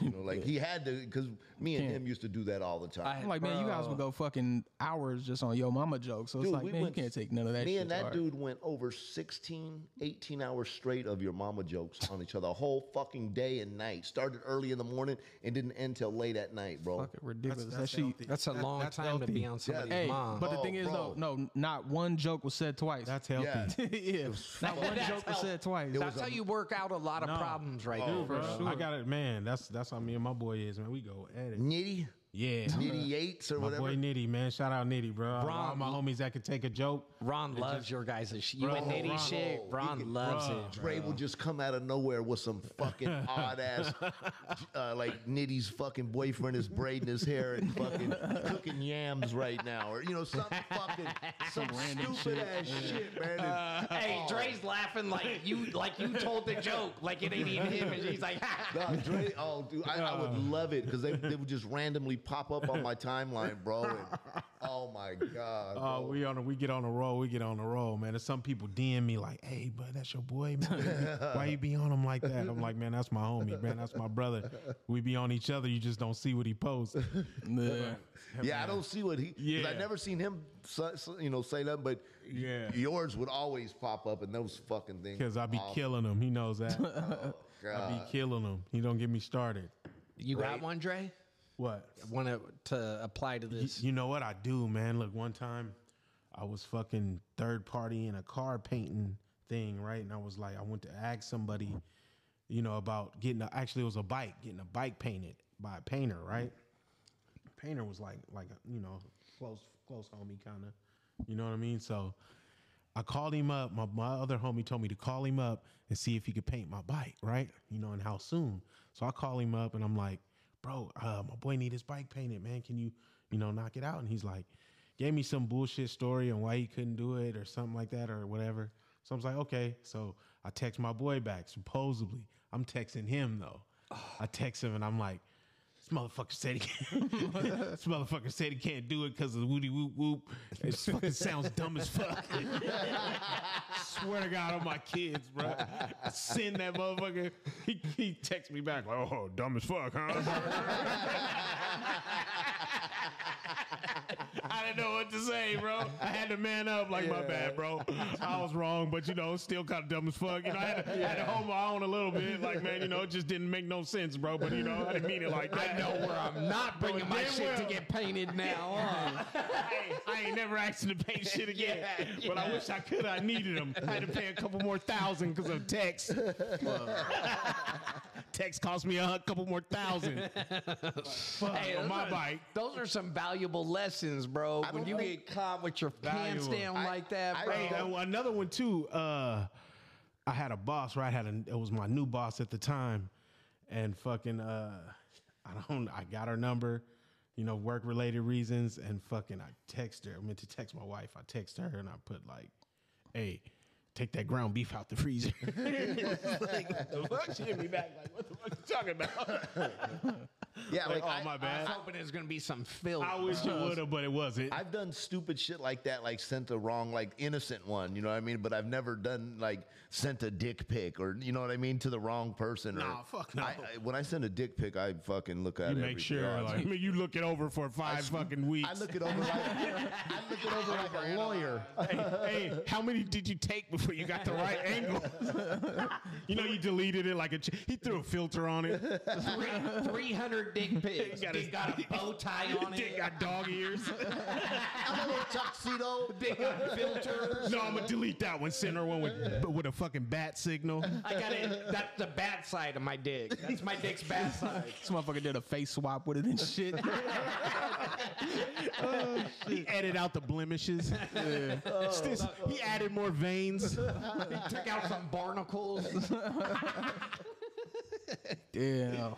Speaker 3: you know, like he had to, because me and him used to do that all the time.
Speaker 4: I'm like, man, you guys would go fucking hours just on yo mama jokes. So it's like, man, you can't take none of that
Speaker 3: me
Speaker 4: shit.
Speaker 3: and
Speaker 4: to
Speaker 3: that
Speaker 4: heart.
Speaker 3: dude went over 16, 18 hours straight of your mama jokes on each other, a whole fucking day and night. Started early in the morning and didn't end till late at night, bro.
Speaker 4: fucking ridiculous. that shit.
Speaker 5: healthy.
Speaker 1: that's a
Speaker 5: That-
Speaker 1: long
Speaker 5: that's
Speaker 1: time to
Speaker 5: healthy.
Speaker 1: be on somebody's
Speaker 4: Hey,
Speaker 1: mom.
Speaker 4: but the
Speaker 3: Oh,
Speaker 4: thing is
Speaker 3: bro.
Speaker 4: though, no, not one joke was said twice.
Speaker 5: That's healthy.
Speaker 3: Yeah.
Speaker 4: yeah, not one
Speaker 1: That's
Speaker 4: joke was said twice.
Speaker 3: It
Speaker 1: that's
Speaker 3: was
Speaker 1: how
Speaker 3: a-
Speaker 1: you work out a lot of
Speaker 5: No.
Speaker 1: problems right now.
Speaker 5: Dude,
Speaker 1: Bro.
Speaker 5: bro, I got it, man. That's that's how me and my boy is, man. We go at it.
Speaker 3: Nitty,
Speaker 5: Yeah,
Speaker 3: Nitty Yates or
Speaker 5: my
Speaker 3: whatever.
Speaker 5: boy Nitty, man. Shout out Nitty, bro. All
Speaker 1: Ron-
Speaker 5: my homies that can take a joke.
Speaker 1: Ron loves your guys' shit. You and Nitty
Speaker 5: Ron-
Speaker 1: shit.
Speaker 3: you
Speaker 1: Ron
Speaker 3: can-
Speaker 1: loves
Speaker 5: Bro.
Speaker 1: it.
Speaker 3: Dre will just come out of nowhere with some fucking odd ass, uh, like Nitty's fucking boyfriend is braiding his hair and fucking cooking yams right now, or you know some fucking some stupid ass shit, man. And-
Speaker 1: Hey, Dre's laughing like you like you told the joke like it ain't even him, and he's like,
Speaker 3: No, Dre, oh, dude, I, I would love it because they, they would just randomly pop up on my timeline, bro. And, oh my god!
Speaker 5: Oh,
Speaker 3: bro.
Speaker 5: we on a, we get on a roll. We get on a roll, man. And some people DM me like, "Hey, bud, that's your boy, man. Why you be on him like that?" I'm like, "Man, that's my homie, man. That's my brother. We be on each other. You just don't see what he posts."
Speaker 4: Yeah.
Speaker 3: Yeah, I don't see what he. Yeah. I
Speaker 5: Yeah.
Speaker 3: never seen him, so, so- you know, say nothing. But
Speaker 5: Yeah.
Speaker 3: yours would always pop up, and those fucking things.
Speaker 5: Because I be
Speaker 3: Oh,
Speaker 5: killing him. He knows that. I be
Speaker 3: God.
Speaker 5: killing him. He don't get me started.
Speaker 1: "You got one, Dre?
Speaker 5: What?
Speaker 1: Want to to apply to
Speaker 5: Y-
Speaker 1: this?
Speaker 5: You know what I do, man. Look, one time I was fucking third party in a car painting thing, right? And I was like, I went to ask somebody, you know, about getting a, actually it was a bike, getting a bike painted by a painter, right? Painter was like like a, you know, close close homie kind of. You know what I mean? So I called him up. My, my other homie told me to call him up and see if he could paint my bike, right? You know, and how soon. So I call him up and I'm like, bro, uh, my boy need his bike painted, man. Can you, you know, knock it out? And he's like, gave me some bullshit story on why he couldn't do it or something like that or whatever. So I was like, okay. So I text my boy back, supposedly. I'm texting him though. I text him and I'm like, this motherfucker said he can't. this motherfucker said he can't do it because of the woody whoop whoop. It fucking sounds dumb as fuck. Swear to God on my kids, bro. I send that motherfucker. He, he texts me back like, oh, dumb as fuck, huh? I didn't know what to say, bro. I had to man up, like my bad, bro. I was wrong, but you know, still kind of dumb as fuck. You know, I had, to, I had to hold my own a little bit, like man, you know, it just didn't make no sense, bro. But you know, I didn't mean it like that. I know where I'm
Speaker 1: Not bringing my
Speaker 5: damn
Speaker 1: shit to
Speaker 5: well.
Speaker 1: get painted now. huh?
Speaker 5: I ain't never asking to pay shit again. But I wish I could. I needed them. I had to pay a couple more thousand because of text. text cost me a hu- couple more thousand. Fuck,
Speaker 1: Hey,
Speaker 5: on
Speaker 1: those
Speaker 5: my
Speaker 1: are-
Speaker 5: bike.
Speaker 1: Those are some valuable lessons, bro. When
Speaker 3: don't
Speaker 1: you
Speaker 3: think-
Speaker 1: get caught with your pants
Speaker 5: Valuable.
Speaker 1: down
Speaker 3: I-
Speaker 1: like that,
Speaker 3: I
Speaker 1: bro.
Speaker 5: Hey, uh, another one too. Uh, I had a boss, right? I had a, it was my new boss at the time, and fucking, uh, I don't. I got her number, you know, work related reasons, and fucking, I text her. I meant to text my wife. I text her, and I put like, "Hey, take that ground beef out the freezer." like, what the fuck? She hit me back like, "What the fuck you talking about?"
Speaker 3: Yeah,
Speaker 5: like,
Speaker 3: like,
Speaker 5: oh
Speaker 3: I,
Speaker 5: my
Speaker 1: I
Speaker 5: bad.
Speaker 1: was
Speaker 5: I,
Speaker 1: hoping there's gonna be some filth.
Speaker 5: wish you would have, but it wasn't.
Speaker 3: I've done stupid shit like that, like sent a wrong, like innocent one, you know what I mean? But I've never done like sent a dick pic or you know what I mean to the wrong person.
Speaker 5: Nah,
Speaker 3: or,
Speaker 5: fuck no.
Speaker 3: I, I- when I send a dick pic, I fucking look at it.
Speaker 5: you make
Speaker 3: every-
Speaker 5: sure,
Speaker 3: yeah,
Speaker 5: like, I mean, you look it over for five fucking weeks.
Speaker 3: I look it over like I look it over like a lawyer.
Speaker 5: hey, how many did you take before you got the right angle? you know, you deleted it like a. Ch- he threw a filter on it.
Speaker 1: Three hundred dick pics.
Speaker 5: got
Speaker 1: Got,
Speaker 5: a-
Speaker 1: got a bow tie on
Speaker 5: Dick
Speaker 1: it.
Speaker 5: got dog ears.
Speaker 3: I'm a little tuxedo.
Speaker 1: Dick got filters.
Speaker 5: no, I'm gonna delete that one. Send her one with, but with a fucking bat signal.
Speaker 1: I got it. That's the bad side of my dick. That's my dick's bad side.
Speaker 4: This motherfucker did a face swap with it and shit.
Speaker 5: He edit out the blemishes. It's this- he added more veins.
Speaker 1: Took out some barnacles.
Speaker 4: Damn.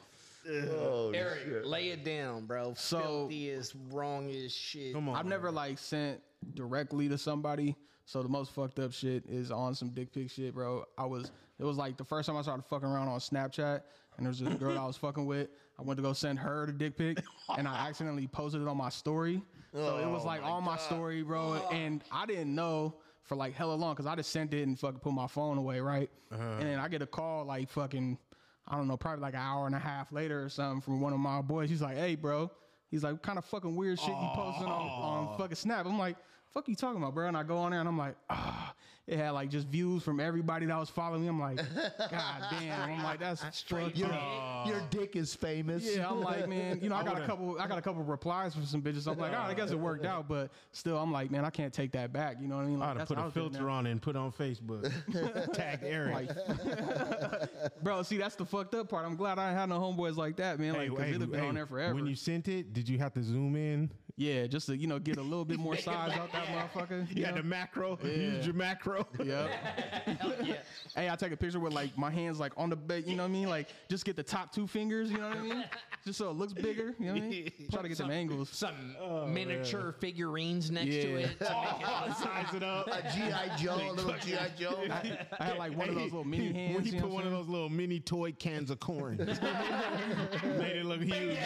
Speaker 3: Oh,
Speaker 1: Eric,
Speaker 3: shit.
Speaker 1: lay it down, bro.
Speaker 4: So-
Speaker 1: Filthy is wrong as shit.
Speaker 5: Come on.
Speaker 4: I've never like sent directly to somebody. So the most fucked up shit is on some dick pic shit, bro. I was it was like the first time I started fucking around on Snapchat, and there was this girl I was fucking with. I went to go send her the dick pic, and I accidentally posted it on my story. So it was
Speaker 1: Oh
Speaker 4: like on my story, bro, and I didn't know for like hella long because I just sent it and fucking put my phone away, right? And then I get a call like fucking. I don't know, probably like an hour and a half later or something from one of my boys. He's like, "Hey, bro." He's like, "What kind of fucking weird shit you posting on, on fucking Snap?" I'm like, "Fuck you talking about, bro?" And I go on there and I'm like, "Ah." It had like just views from everybody that was following me. I'm like, "God damn!" I'm like, "That's fucked
Speaker 3: your,
Speaker 4: up."
Speaker 3: your dick is famous.
Speaker 4: Yeah, I'm like, man, you know, I got a couple, I got a couple replies from some bitches. I'm like, all right, I guess it worked out, but still, I'm like, man, I can't take that back. You know what I mean? Like,
Speaker 5: I'd have
Speaker 4: that's
Speaker 5: put
Speaker 4: what I
Speaker 5: a
Speaker 4: was getting at.
Speaker 5: filter on it and put it on Facebook. Tagged Eric.
Speaker 4: Like- bro, see, that's the fucked up part. I'm glad I ain't had no homeboys like that, man. Like,
Speaker 5: Hey,
Speaker 4: 'cause
Speaker 5: hey,
Speaker 4: it'd have been
Speaker 5: hey,
Speaker 4: on there forever.
Speaker 5: When you sent it, did you have to zoom in?
Speaker 4: Yeah, just to you know get a little bit more size out that motherfucker.
Speaker 5: You
Speaker 4: You
Speaker 5: had
Speaker 4: know?
Speaker 5: the macro. You used your macro.
Speaker 4: Yep. Hey, I take a picture with like my hands like on the bed. You know what I mean? Like just get the top two fingers. You know what I mean? Just so it looks bigger. You know what I mean? Try to get them angles.
Speaker 1: Some
Speaker 5: Oh,
Speaker 1: miniature figurines next to
Speaker 4: Yeah.
Speaker 1: it. to make it look-
Speaker 5: Size it up.
Speaker 3: A GI Joe, a little GI Joe.
Speaker 4: I had like one of
Speaker 5: Hey,
Speaker 4: those little mini
Speaker 5: he-
Speaker 4: hands.
Speaker 5: When he
Speaker 4: you know
Speaker 5: put
Speaker 4: what
Speaker 5: one
Speaker 4: I'm
Speaker 5: of those little mini toy cans of corn, made it look huge.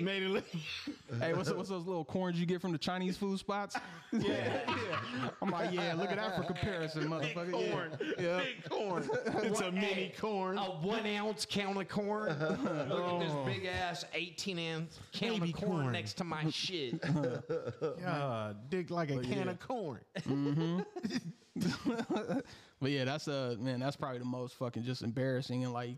Speaker 5: Made it look.
Speaker 4: saying? Hey, what's what's those little corns you get from the Chinese food spots? Yeah. I'm like, yeah, look at that for comparison, motherfucker. Yeah.
Speaker 5: corn.
Speaker 4: Yeah.
Speaker 5: Big corn. It's a mini
Speaker 1: Hey,
Speaker 5: corn. Uh-huh.
Speaker 1: A one ounce count of corn. Look at this big ass 18 ounce count
Speaker 5: Oh. Baby
Speaker 1: of corn,
Speaker 5: corn.
Speaker 1: next to my shit.
Speaker 5: Uh, dick like a can
Speaker 4: yeah.
Speaker 5: of corn.
Speaker 4: But yeah, that's uh man, that's probably the most fucking just embarrassing and like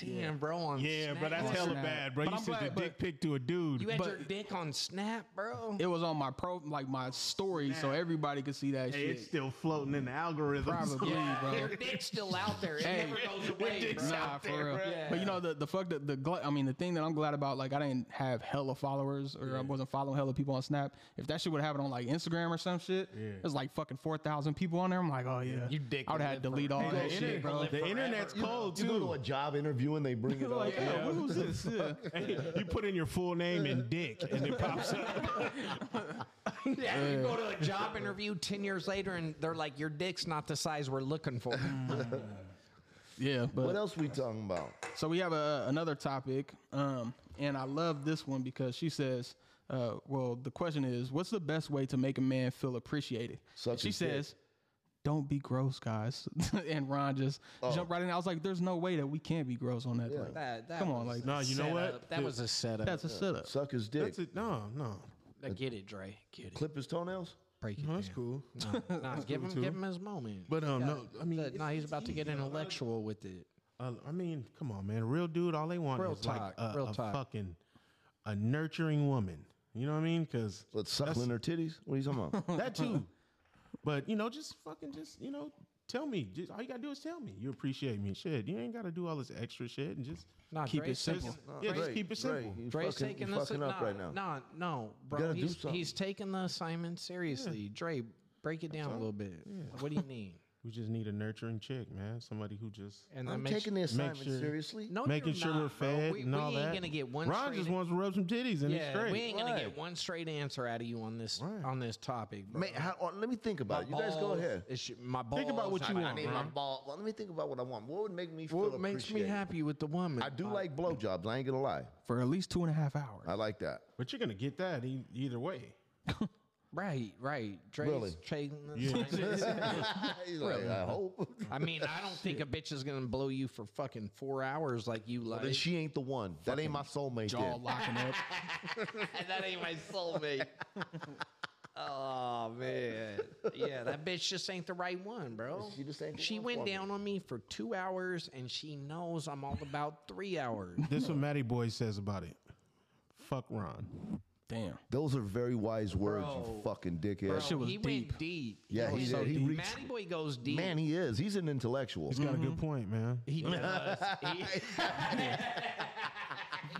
Speaker 1: Damn, bro. On
Speaker 5: Yeah,
Speaker 1: Snap.
Speaker 5: but that's hella
Speaker 4: Snap.
Speaker 5: bad, bro.
Speaker 4: But
Speaker 5: you
Speaker 4: I'm
Speaker 5: sent a
Speaker 4: glad- but-
Speaker 5: dick pic to a dude.
Speaker 1: You had
Speaker 4: but-
Speaker 1: your dick on Snap, bro.
Speaker 4: it was on my pro like my story, so everybody could see that
Speaker 5: hey,
Speaker 4: shit.
Speaker 5: it's still floating in the algorithm.
Speaker 4: Probably,
Speaker 1: Your
Speaker 4: bro.
Speaker 1: dick's still out there. It
Speaker 4: Hey,
Speaker 1: never goes away,
Speaker 5: dick's
Speaker 1: bro.
Speaker 5: out.
Speaker 4: Nah,
Speaker 5: there,
Speaker 4: for real.
Speaker 5: bro.
Speaker 4: But you know the the fuck that the gl- I mean the thing that I'm glad about like I didn't have hella followers or I wasn't following hella people on Snap. If that shit would happen on like Instagram or some shit, there's like fucking four thousand people on there. I'm like, oh yeah,
Speaker 1: You dick
Speaker 4: I would
Speaker 1: would
Speaker 4: have had to
Speaker 1: live
Speaker 4: delete all
Speaker 5: The,
Speaker 4: that shit,
Speaker 5: internet-
Speaker 4: bro.
Speaker 5: the internet's cold
Speaker 3: You go to
Speaker 5: too.
Speaker 3: a job interview you and they bring it up.
Speaker 4: Like, yeah, what was this? Yeah.
Speaker 5: you put in your full name and dick, and it pops up.
Speaker 1: Yeah, you go to a job interview 10 years later and they're like, your dick's not the size we're looking for.
Speaker 5: Mm.
Speaker 4: yeah, but
Speaker 3: What else we talking about?
Speaker 4: So we have a, another topic, um, and I love this one because she says, uh, "Well, the question is, what's the best way to make a man feel appreciated?"
Speaker 3: Suck
Speaker 4: And she
Speaker 3: his dick.
Speaker 4: says, "Don't be gross, guys." and Ron just jumped right in. I was like, "There's no way that we can't be gross on that thing."
Speaker 1: That- that
Speaker 4: Come on,
Speaker 1: was
Speaker 4: like
Speaker 1: a
Speaker 5: No, you know what?
Speaker 1: setup. That was a setup.
Speaker 4: that's a setup.
Speaker 3: Suck his dick.
Speaker 5: That's it. No, no.
Speaker 1: Now get it, Dre. Get it.
Speaker 3: Clip his tonails.
Speaker 1: Break it.
Speaker 5: No, that's
Speaker 1: down.
Speaker 5: cool.
Speaker 1: No, give him, give him his moment.
Speaker 5: But um, no, I mean,
Speaker 1: no, he's about to get intellectual with it.
Speaker 5: uh, I mean, come on, man. A Real dude, all they want
Speaker 1: Real
Speaker 5: is
Speaker 1: talk,
Speaker 5: like a,
Speaker 1: real
Speaker 5: a
Speaker 1: talk.
Speaker 5: fucking a nurturing woman. You know what I mean? Because
Speaker 3: Let's suckle in their titties. What are you talking about?
Speaker 5: that too. but you know, just fucking, just you know, tell me. Just all you gotta do is tell me you appreciate me. Shit, you ain't gotta do all this extra shit and just
Speaker 1: No,
Speaker 4: Keep
Speaker 1: Dre's
Speaker 4: it simple.
Speaker 1: taking-
Speaker 5: yeah,
Speaker 3: Dre,
Speaker 5: just keep it
Speaker 3: Dre,
Speaker 5: simple.
Speaker 3: you
Speaker 1: Dre's
Speaker 3: fucking,
Speaker 1: taking
Speaker 3: you
Speaker 1: this
Speaker 3: fucking up
Speaker 1: no,
Speaker 3: right now.
Speaker 1: No, no, bro.
Speaker 3: gotta do
Speaker 1: He's,
Speaker 3: something.
Speaker 1: he's taking the assignment seriously. Dre, break it down a little bit. What do you need?
Speaker 5: We just need a nurturing chick, man. Somebody who just
Speaker 1: And
Speaker 3: I'm
Speaker 1: that makes-
Speaker 3: taking the assignment
Speaker 5: sure-
Speaker 3: seriously.
Speaker 1: no,
Speaker 5: making
Speaker 1: you're
Speaker 5: sure
Speaker 1: not,
Speaker 5: we're
Speaker 1: bro.
Speaker 5: fed
Speaker 1: We,
Speaker 5: and all
Speaker 1: we
Speaker 5: that.
Speaker 1: ain't gonna get one.
Speaker 5: Ron
Speaker 1: straight
Speaker 5: just wants to rub some titties and it's
Speaker 1: Yeah,
Speaker 5: straight.
Speaker 1: we ain't gonna
Speaker 3: Right.
Speaker 1: get one straight answer out of you on this
Speaker 5: Right.
Speaker 1: on this topic. Bro.
Speaker 3: Ma- how- oh, let me think about it. You guys go
Speaker 1: balls,
Speaker 3: ahead.
Speaker 1: it should- my balls.
Speaker 5: Think about what you
Speaker 1: I- I
Speaker 5: want,
Speaker 1: need
Speaker 5: bro.
Speaker 1: my-
Speaker 3: ball. Well, let me think about what I want. What would make me feel
Speaker 1: What makes me
Speaker 3: appreciated?
Speaker 1: happy with the woman?
Speaker 3: I do like blowjobs. I ain't gonna lie.
Speaker 4: For at least two and a half hours.
Speaker 3: I like that.
Speaker 5: But you're gonna get that e- either way.
Speaker 1: Right, right. Dre's
Speaker 3: Really?
Speaker 1: trading the assignments.
Speaker 3: He's like, I hope.
Speaker 1: I mean, I don't think a bitch is gonna blow you for fucking four hours like you like.
Speaker 3: Then she ain't the one. That ain't my soulmate.
Speaker 4: Jaw
Speaker 3: Then.
Speaker 4: locking up.
Speaker 1: that ain't my soulmate. oh man, yeah, that bitch just ain't the right one, bro.
Speaker 3: She just ain't the
Speaker 1: She
Speaker 3: one
Speaker 1: went
Speaker 3: for me.
Speaker 1: down on me for two hours, and she knows I'm all about three hours.
Speaker 5: This is what Matty Boy says about it. Fuck Ron.
Speaker 4: Damn.
Speaker 3: Those are very wise words,
Speaker 1: Bro.
Speaker 3: you fucking dickhead.
Speaker 1: Bro,
Speaker 4: shit was
Speaker 1: he
Speaker 4: deep.
Speaker 1: went deep.
Speaker 3: Yeah,
Speaker 1: he,
Speaker 3: he
Speaker 1: went
Speaker 3: did. He
Speaker 1: deep.
Speaker 3: reached-
Speaker 1: Matty Boy goes deep.
Speaker 3: Man, he is. He's an intellectual.
Speaker 5: He's got a good point, man.
Speaker 1: Mm-hmm. He does. He,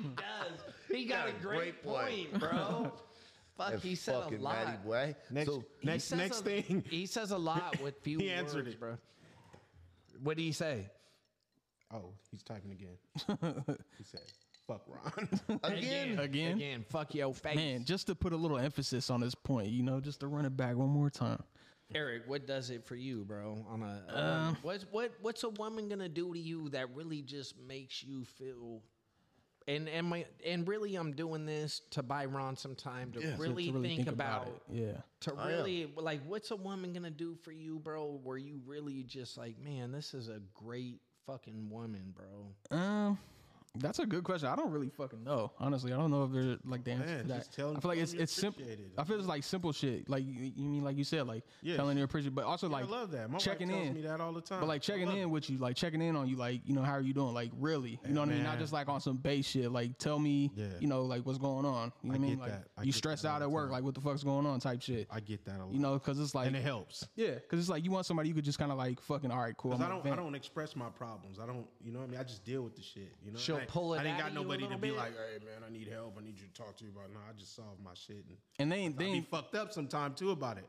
Speaker 1: He does. He got, a great,
Speaker 3: great point.
Speaker 1: point, bro. Fuck,
Speaker 3: That's
Speaker 1: he said a
Speaker 3: fucking
Speaker 1: lot.
Speaker 3: Matty boy.
Speaker 5: Next,
Speaker 3: so
Speaker 1: He
Speaker 5: next,
Speaker 1: says
Speaker 5: next
Speaker 1: a-
Speaker 5: thing.
Speaker 1: He says a lot with few
Speaker 5: He
Speaker 1: words,
Speaker 5: answered it.
Speaker 1: bro. What did he say?
Speaker 5: Oh, he's typing again. he said, "Fuck Ron."
Speaker 3: again,
Speaker 4: Again?
Speaker 1: Again, fuck your face.
Speaker 4: Man, just to put a little emphasis on this point, you know, just to run it back one more time.
Speaker 1: Eric, what does it for you, bro? On a what's what what's a woman gonna do to you that really just makes you feel and and my and really I'm doing this to buy Ron some time to,
Speaker 4: To- to
Speaker 1: really, think, about,
Speaker 4: it. Yeah.
Speaker 1: to really like what's a woman gonna do for you, bro, where you really just like, man, this is a great fucking woman, bro.
Speaker 4: Um, that's a good question. I don't really fucking know. Honestly, I don't know if there's like the answer
Speaker 5: Man,
Speaker 4: to that.
Speaker 5: just tell-
Speaker 4: I feel like
Speaker 5: tell
Speaker 4: it's
Speaker 5: them you
Speaker 4: it's simple.
Speaker 5: appreciate it.
Speaker 4: I feel it's like simple shit. Like you, you mean like you said, like
Speaker 5: Yes.
Speaker 4: telling your appreciate, but also like
Speaker 5: I love that. My
Speaker 4: checking
Speaker 5: wife tells
Speaker 4: in.
Speaker 5: me that all the time.
Speaker 4: But like checking in with you, like checking in on you, like you know how are you doing? Like really, you know what I mean? Not
Speaker 5: man.
Speaker 4: just like on some base shit. Like tell me,
Speaker 5: Yeah.
Speaker 4: you know, like what's going on? You know what I mean?
Speaker 5: get
Speaker 4: like
Speaker 5: that. I
Speaker 4: you
Speaker 5: get
Speaker 4: stressed
Speaker 5: that all
Speaker 4: out at
Speaker 5: the
Speaker 4: work,
Speaker 5: time.
Speaker 4: like what the fuck's going on? Type shit.
Speaker 5: I get that a lot,
Speaker 4: you know, because it's like
Speaker 5: and it helps.
Speaker 4: yeah, because it's like you want somebody you could just kind of like fucking all right, cool. I'm
Speaker 5: Cause I
Speaker 4: gonna
Speaker 5: don't, I
Speaker 4: vent.
Speaker 5: don't express my problems. I don't, you know what I mean. I just deal with the shit. You know,
Speaker 1: She'll
Speaker 5: I, ain't-
Speaker 1: pull it
Speaker 5: I didn't
Speaker 1: out
Speaker 5: got
Speaker 1: of you a
Speaker 5: nobody to
Speaker 1: little
Speaker 5: be
Speaker 1: bit.
Speaker 5: like, hey man, I need help. I need you to talk to you about. No, I just solve my shit and
Speaker 4: and they ain't they
Speaker 5: I be
Speaker 4: ain't
Speaker 5: fucked up sometime too about it.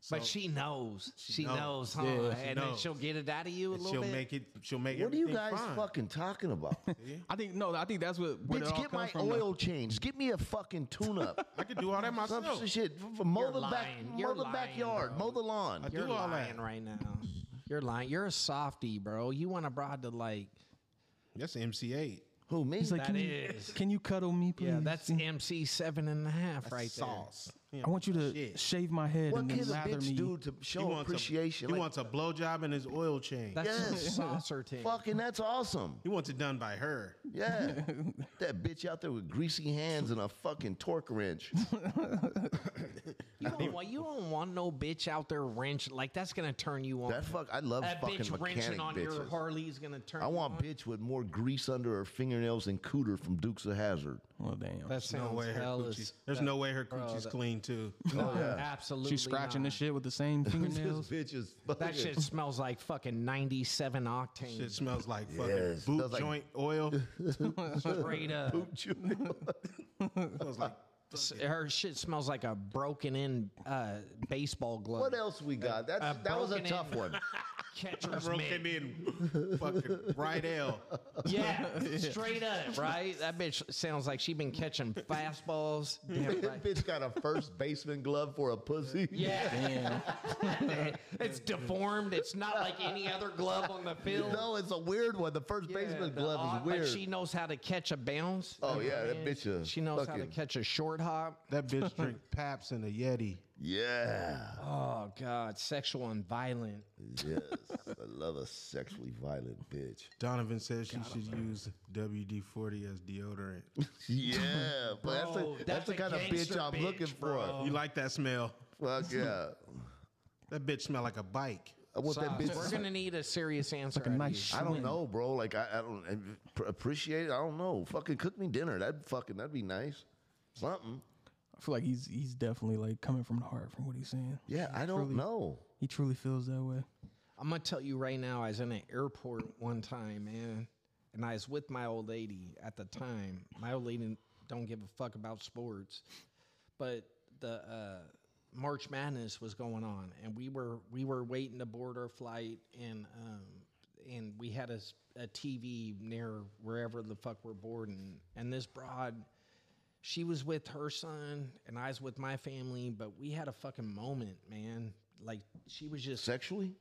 Speaker 5: So
Speaker 1: But she knows. She, knows,
Speaker 5: knows.
Speaker 1: huh?
Speaker 4: Yeah,
Speaker 5: she
Speaker 1: and then
Speaker 5: knows.
Speaker 1: she'll get it out of you a
Speaker 5: and
Speaker 1: little bit.
Speaker 5: she'll make it. She'll make it.
Speaker 3: what are you guys
Speaker 5: fine.
Speaker 3: fucking talking about?
Speaker 4: I think no, I think that's what. where it
Speaker 3: Bitch,
Speaker 4: all
Speaker 3: get
Speaker 4: comes
Speaker 3: my
Speaker 4: from, though.
Speaker 3: oil changed. Get me a fucking tune-up.
Speaker 5: I could do all that
Speaker 3: Some
Speaker 5: myself.
Speaker 3: shit. F- f- Mow
Speaker 1: You're
Speaker 3: the back,
Speaker 1: lying. You're
Speaker 3: mow the
Speaker 1: lying,
Speaker 3: backyard,
Speaker 1: bro.
Speaker 3: mow the lawn.
Speaker 5: do
Speaker 1: You're
Speaker 5: all that.
Speaker 1: lying right now. You're lying. You're a softy, bro. You want a broad to like.
Speaker 5: That's MC8.
Speaker 3: Who me?
Speaker 4: He's like, can,
Speaker 1: That
Speaker 4: you,
Speaker 1: is.
Speaker 4: can you cuddle me, please?
Speaker 1: Yeah,
Speaker 5: Mm.
Speaker 1: that's MC seven and a half right
Speaker 5: sauce. Yeah.
Speaker 4: I want you to
Speaker 5: Shit.
Speaker 4: shave my head
Speaker 3: what
Speaker 4: and
Speaker 3: can a
Speaker 4: then lather
Speaker 3: bitch
Speaker 4: me.
Speaker 3: do to
Speaker 5: He
Speaker 3: show
Speaker 5: wants
Speaker 3: appreciation?
Speaker 5: A, he
Speaker 3: Like,
Speaker 5: wants a blowjob and his oil change.
Speaker 1: there. That's
Speaker 3: Yes.
Speaker 1: some saucer thing.
Speaker 3: fucking, that's awesome.
Speaker 5: he wants it done by her.
Speaker 3: Yeah. that bitch out there with greasy hands and a fucking torque wrench.
Speaker 1: You don't, want, you don't want no bitch out there wrenching. Like, that's going to turn you on.
Speaker 3: That fuck, I love
Speaker 1: That
Speaker 3: fucking
Speaker 1: bitch
Speaker 3: mechanic
Speaker 1: wrenching on your
Speaker 3: bitches.
Speaker 1: Harley is going to turn
Speaker 3: I
Speaker 1: you
Speaker 3: want
Speaker 1: on.
Speaker 3: bitch with more grease under her fingernails than Cooter from Dukes of Hazard.
Speaker 4: Well, damn.
Speaker 1: That
Speaker 5: No
Speaker 1: sounds
Speaker 5: way her
Speaker 1: hell
Speaker 5: coochie's.
Speaker 1: is.
Speaker 5: There's no way her coochie's
Speaker 1: that-
Speaker 5: clean too.
Speaker 1: no, Absolutely.
Speaker 4: She's scratching
Speaker 1: not.
Speaker 4: the shit with the same
Speaker 3: this
Speaker 4: fingernails.
Speaker 3: bitch is
Speaker 1: That
Speaker 3: fucking-
Speaker 1: shit smells like fucking 97 octane.
Speaker 5: Shit smells like fucking
Speaker 3: Yes.
Speaker 5: boot
Speaker 3: Smells like-
Speaker 5: joint oil.
Speaker 1: Straight up.
Speaker 5: smells like
Speaker 1: S- Her shit smells like a broken in uh, baseball glove.
Speaker 3: What else we got? That's, that was a
Speaker 1: broken
Speaker 3: tough
Speaker 1: in-
Speaker 3: one.
Speaker 1: Catcher's
Speaker 5: Bro
Speaker 1: mitt.
Speaker 5: came in fucking right L.
Speaker 1: Yeah, straight up, right? That bitch sounds like she been catching fastballs. Damn right.
Speaker 3: bitch got a first baseman glove for a pussy.
Speaker 1: Yeah,
Speaker 4: Damn.
Speaker 1: it's deformed. It's not like any other glove on the field.
Speaker 3: No, it's a weird one. The first
Speaker 1: Yeah,
Speaker 3: baseman
Speaker 1: the
Speaker 3: glove
Speaker 1: odd-
Speaker 3: is weird.
Speaker 1: But she knows how to catch a bounce.
Speaker 3: Oh,
Speaker 1: Like,
Speaker 3: yeah, that
Speaker 1: man,
Speaker 3: bitch a
Speaker 1: She knows how to
Speaker 3: fucking-
Speaker 1: catch a short hop.
Speaker 5: That bitch drink Paps and a Yeti.
Speaker 3: yeah.
Speaker 1: Oh God, sexual and violent.
Speaker 3: Yes. I love a sexually violent bitch.
Speaker 5: Donovan says she should use WD forty as deodorant.
Speaker 3: Yeah. but that's the,
Speaker 1: Bro,
Speaker 3: that's
Speaker 1: that's
Speaker 3: the
Speaker 1: a
Speaker 3: kind of bitch
Speaker 1: gangster
Speaker 3: I'm
Speaker 1: bitch,
Speaker 3: looking
Speaker 1: bro.
Speaker 5: You like that smell?
Speaker 3: for. Fuck yeah.
Speaker 5: That bitch smell like a bike.
Speaker 3: I want that
Speaker 1: Sauce.
Speaker 3: bitch.
Speaker 1: We're gonna need a serious answer. out of you.
Speaker 3: I don't know, bro. Like I, I don't I appreciate it. I don't know. Fucking cook me dinner. That fucking that'd be nice. Something.
Speaker 4: I feel like he's he's definitely like coming from the heart from what he's saying.
Speaker 3: Yeah, I don't know.
Speaker 4: He truly feels that way.
Speaker 1: I'm gonna tell you right now, I was in an airport one time, man, and I was with my old lady at the time. My old lady don't give a fuck about sports, but the uh, March Madness was going on, and we were we were waiting to board our flight, and um, and we had a, s- a TV near wherever the fuck we're boarding, and this broad she was with her son and I was with my family, but we had a fucking moment, man. Like she was just
Speaker 3: Sexually?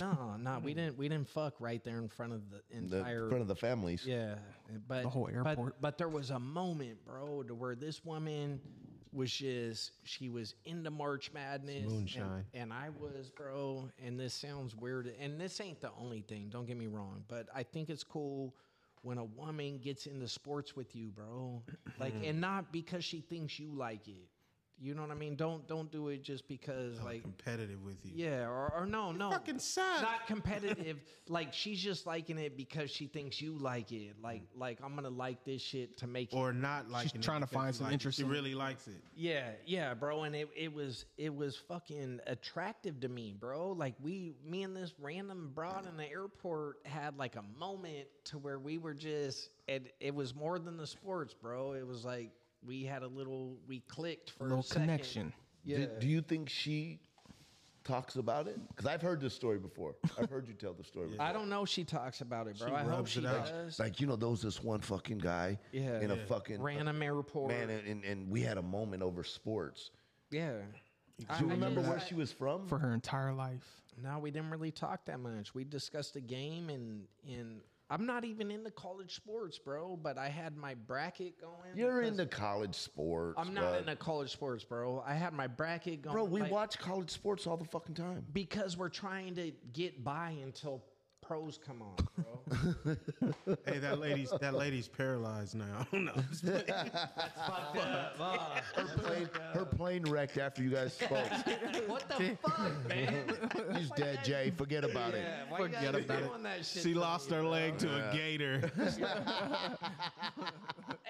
Speaker 1: no, no, we didn't we didn't fuck right there in front of the
Speaker 3: The, in
Speaker 1: entire
Speaker 3: front of the families.
Speaker 1: yeah, but the
Speaker 4: whole airport.
Speaker 1: But, there was a moment, bro, to where this woman was just she was into March Madness, and-
Speaker 5: moonshine.
Speaker 1: and, I was, bro. And this sounds weird, and this ain't the only thing. Don't get me wrong, but I think it's cool when a woman gets into sports with you, bro. Like, and not because she thinks you like it. You know what I mean? Don't don't do it just because like
Speaker 5: Competitive with you.
Speaker 1: yeah, or, or no, no.
Speaker 5: fucking suck.
Speaker 1: Not competitive. like she's just liking it because she thinks you like it. Like like I'm gonna like this shit to make it.
Speaker 5: Or not like
Speaker 4: trying to find some
Speaker 5: She
Speaker 4: interesting-
Speaker 5: really likes it.
Speaker 1: Yeah, yeah, bro. And it, it was it was fucking attractive to me, bro. Like we me and this random broad in the airport had like a moment to where we were just it it was more than the sports, bro. It was like we had a little we clicked for a
Speaker 4: Little
Speaker 1: second.
Speaker 4: connection.
Speaker 1: Yeah.
Speaker 3: Do, do you think she talks about it? Because I've heard this story before. I've heard you tell the story. before.
Speaker 1: I don't know. She talks about it, bro. I hope
Speaker 5: rubs
Speaker 1: she
Speaker 5: it out.
Speaker 1: does.
Speaker 3: Like you know, there was this one fucking guy
Speaker 1: Yeah.
Speaker 3: in a
Speaker 1: Yeah.
Speaker 3: fucking
Speaker 1: random airport.
Speaker 3: man, and, and, and we had a moment over sports.
Speaker 1: Yeah.
Speaker 3: Do you remember where she was from?
Speaker 4: For her entire life.
Speaker 1: No, we didn't really talk that much. We discussed the game, and and I'm not even into college sports, bro. But I had my bracket going.
Speaker 3: You're
Speaker 1: because-
Speaker 3: into college sports.
Speaker 1: I'm not
Speaker 3: bud.
Speaker 1: into college sports, bro. I had my bracket going.
Speaker 3: Bro, we
Speaker 1: like,
Speaker 3: watch college sports all the fucking time.
Speaker 1: because we're trying to get by until pros come on, bro.
Speaker 5: Hey, that lady's that lady's paralyzed now. no, I'm just playing.
Speaker 1: Fuck up. Fuck.
Speaker 3: Her plane, her plane wrecked after you guys spoke.
Speaker 1: What the fuck, man?
Speaker 3: He's dead, Jay. Forget about
Speaker 1: Yeah,
Speaker 3: it.
Speaker 1: why you
Speaker 5: Forget
Speaker 1: guys
Speaker 5: about
Speaker 1: doing
Speaker 5: it.
Speaker 1: that shit
Speaker 5: she
Speaker 1: to
Speaker 5: lost
Speaker 1: me,
Speaker 5: her
Speaker 1: bro?
Speaker 5: leg to a gator.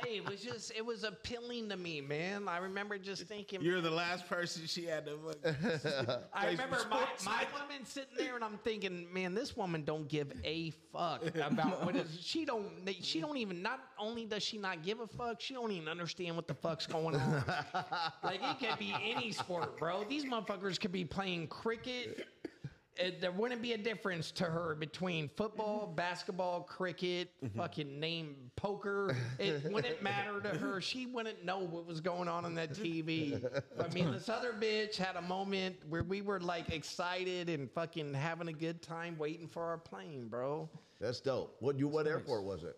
Speaker 1: Hey, it was just it was appealing to me, man. I remember just thinking,
Speaker 5: You're the last person she had to. fucking-
Speaker 1: I
Speaker 5: Plays
Speaker 1: remember my, my woman sitting there, and I'm thinking, man, this woman don't give a fuck about what is. She don't. She don't even. Not only does she not give a fuck, she don't even understand what the fuck's going on. like it could be any sport, bro. These motherfuckers could be playing cricket. It, uh, there wouldn't be a difference to her between football, basketball, cricket, fucking name poker. It wouldn't matter to her. She wouldn't know what was going on on that TV. But me and this other bitch had a moment where we were like excited and fucking having a good time waiting for our plane, bro.
Speaker 3: That's dope. What you? What airport was it?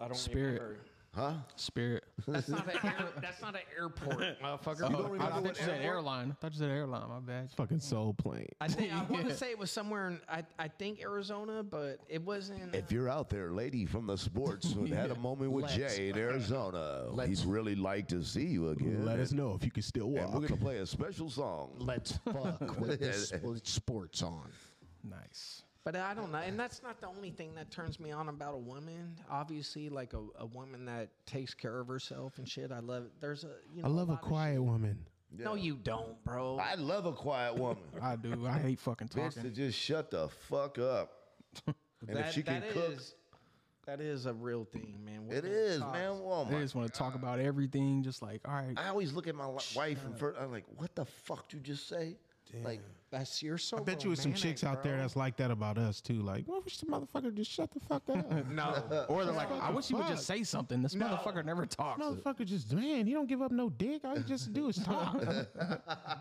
Speaker 1: I don't
Speaker 4: Spirit.
Speaker 1: remember.
Speaker 4: Spirit.
Speaker 1: That's not, an air, that's not an airport, motherfucker.
Speaker 4: I thought you said airline. I thought you said airline. My bad.
Speaker 5: fucking soul plane.
Speaker 1: I, think, I want to say it was somewhere in I, I think Arizona, but it wasn't.
Speaker 3: If you're out there, lady from the sports, who had a moment with
Speaker 1: Let's-
Speaker 3: Jay in Arizona, he'd really like to see you again.
Speaker 5: Let
Speaker 3: and,
Speaker 5: us know if you can still walk.
Speaker 3: and we're gonna play a special song.
Speaker 1: let's fuck with this sports on.
Speaker 4: Nice.
Speaker 1: But I don't know, and that's not the only thing that turns me on about a woman. Obviously, like a, a woman that takes care of herself and shit. I love. There's a you know.
Speaker 5: I love a
Speaker 1: lot of
Speaker 5: quiet woman.
Speaker 1: shit- No, you don't, bro.
Speaker 3: I love a quiet woman.
Speaker 4: I do. I hate fucking
Speaker 3: Bitch, to
Speaker 4: talking.
Speaker 3: just shut the fuck up. And if she can
Speaker 1: that
Speaker 3: cook,
Speaker 1: is- that is a real thing, man.
Speaker 3: it
Speaker 1: Women
Speaker 3: is,
Speaker 1: talk.
Speaker 3: man. Oh
Speaker 4: They
Speaker 3: my
Speaker 4: just want to talk about everything. Just like, all right,
Speaker 3: I always look at my li- wife and first, I'm like, what the fuck did you just say?
Speaker 1: Like that's you're so.
Speaker 5: I bet you was some chicks out there that's like that about us too. Like, well, wish the motherfucker just shut the fuck up.
Speaker 1: no.
Speaker 4: Or they're like, I wish he would just
Speaker 5: fuck.
Speaker 4: say something. This motherfucker never talks.
Speaker 5: motherfucker just man, you don't give up no dick. All you just do is talk.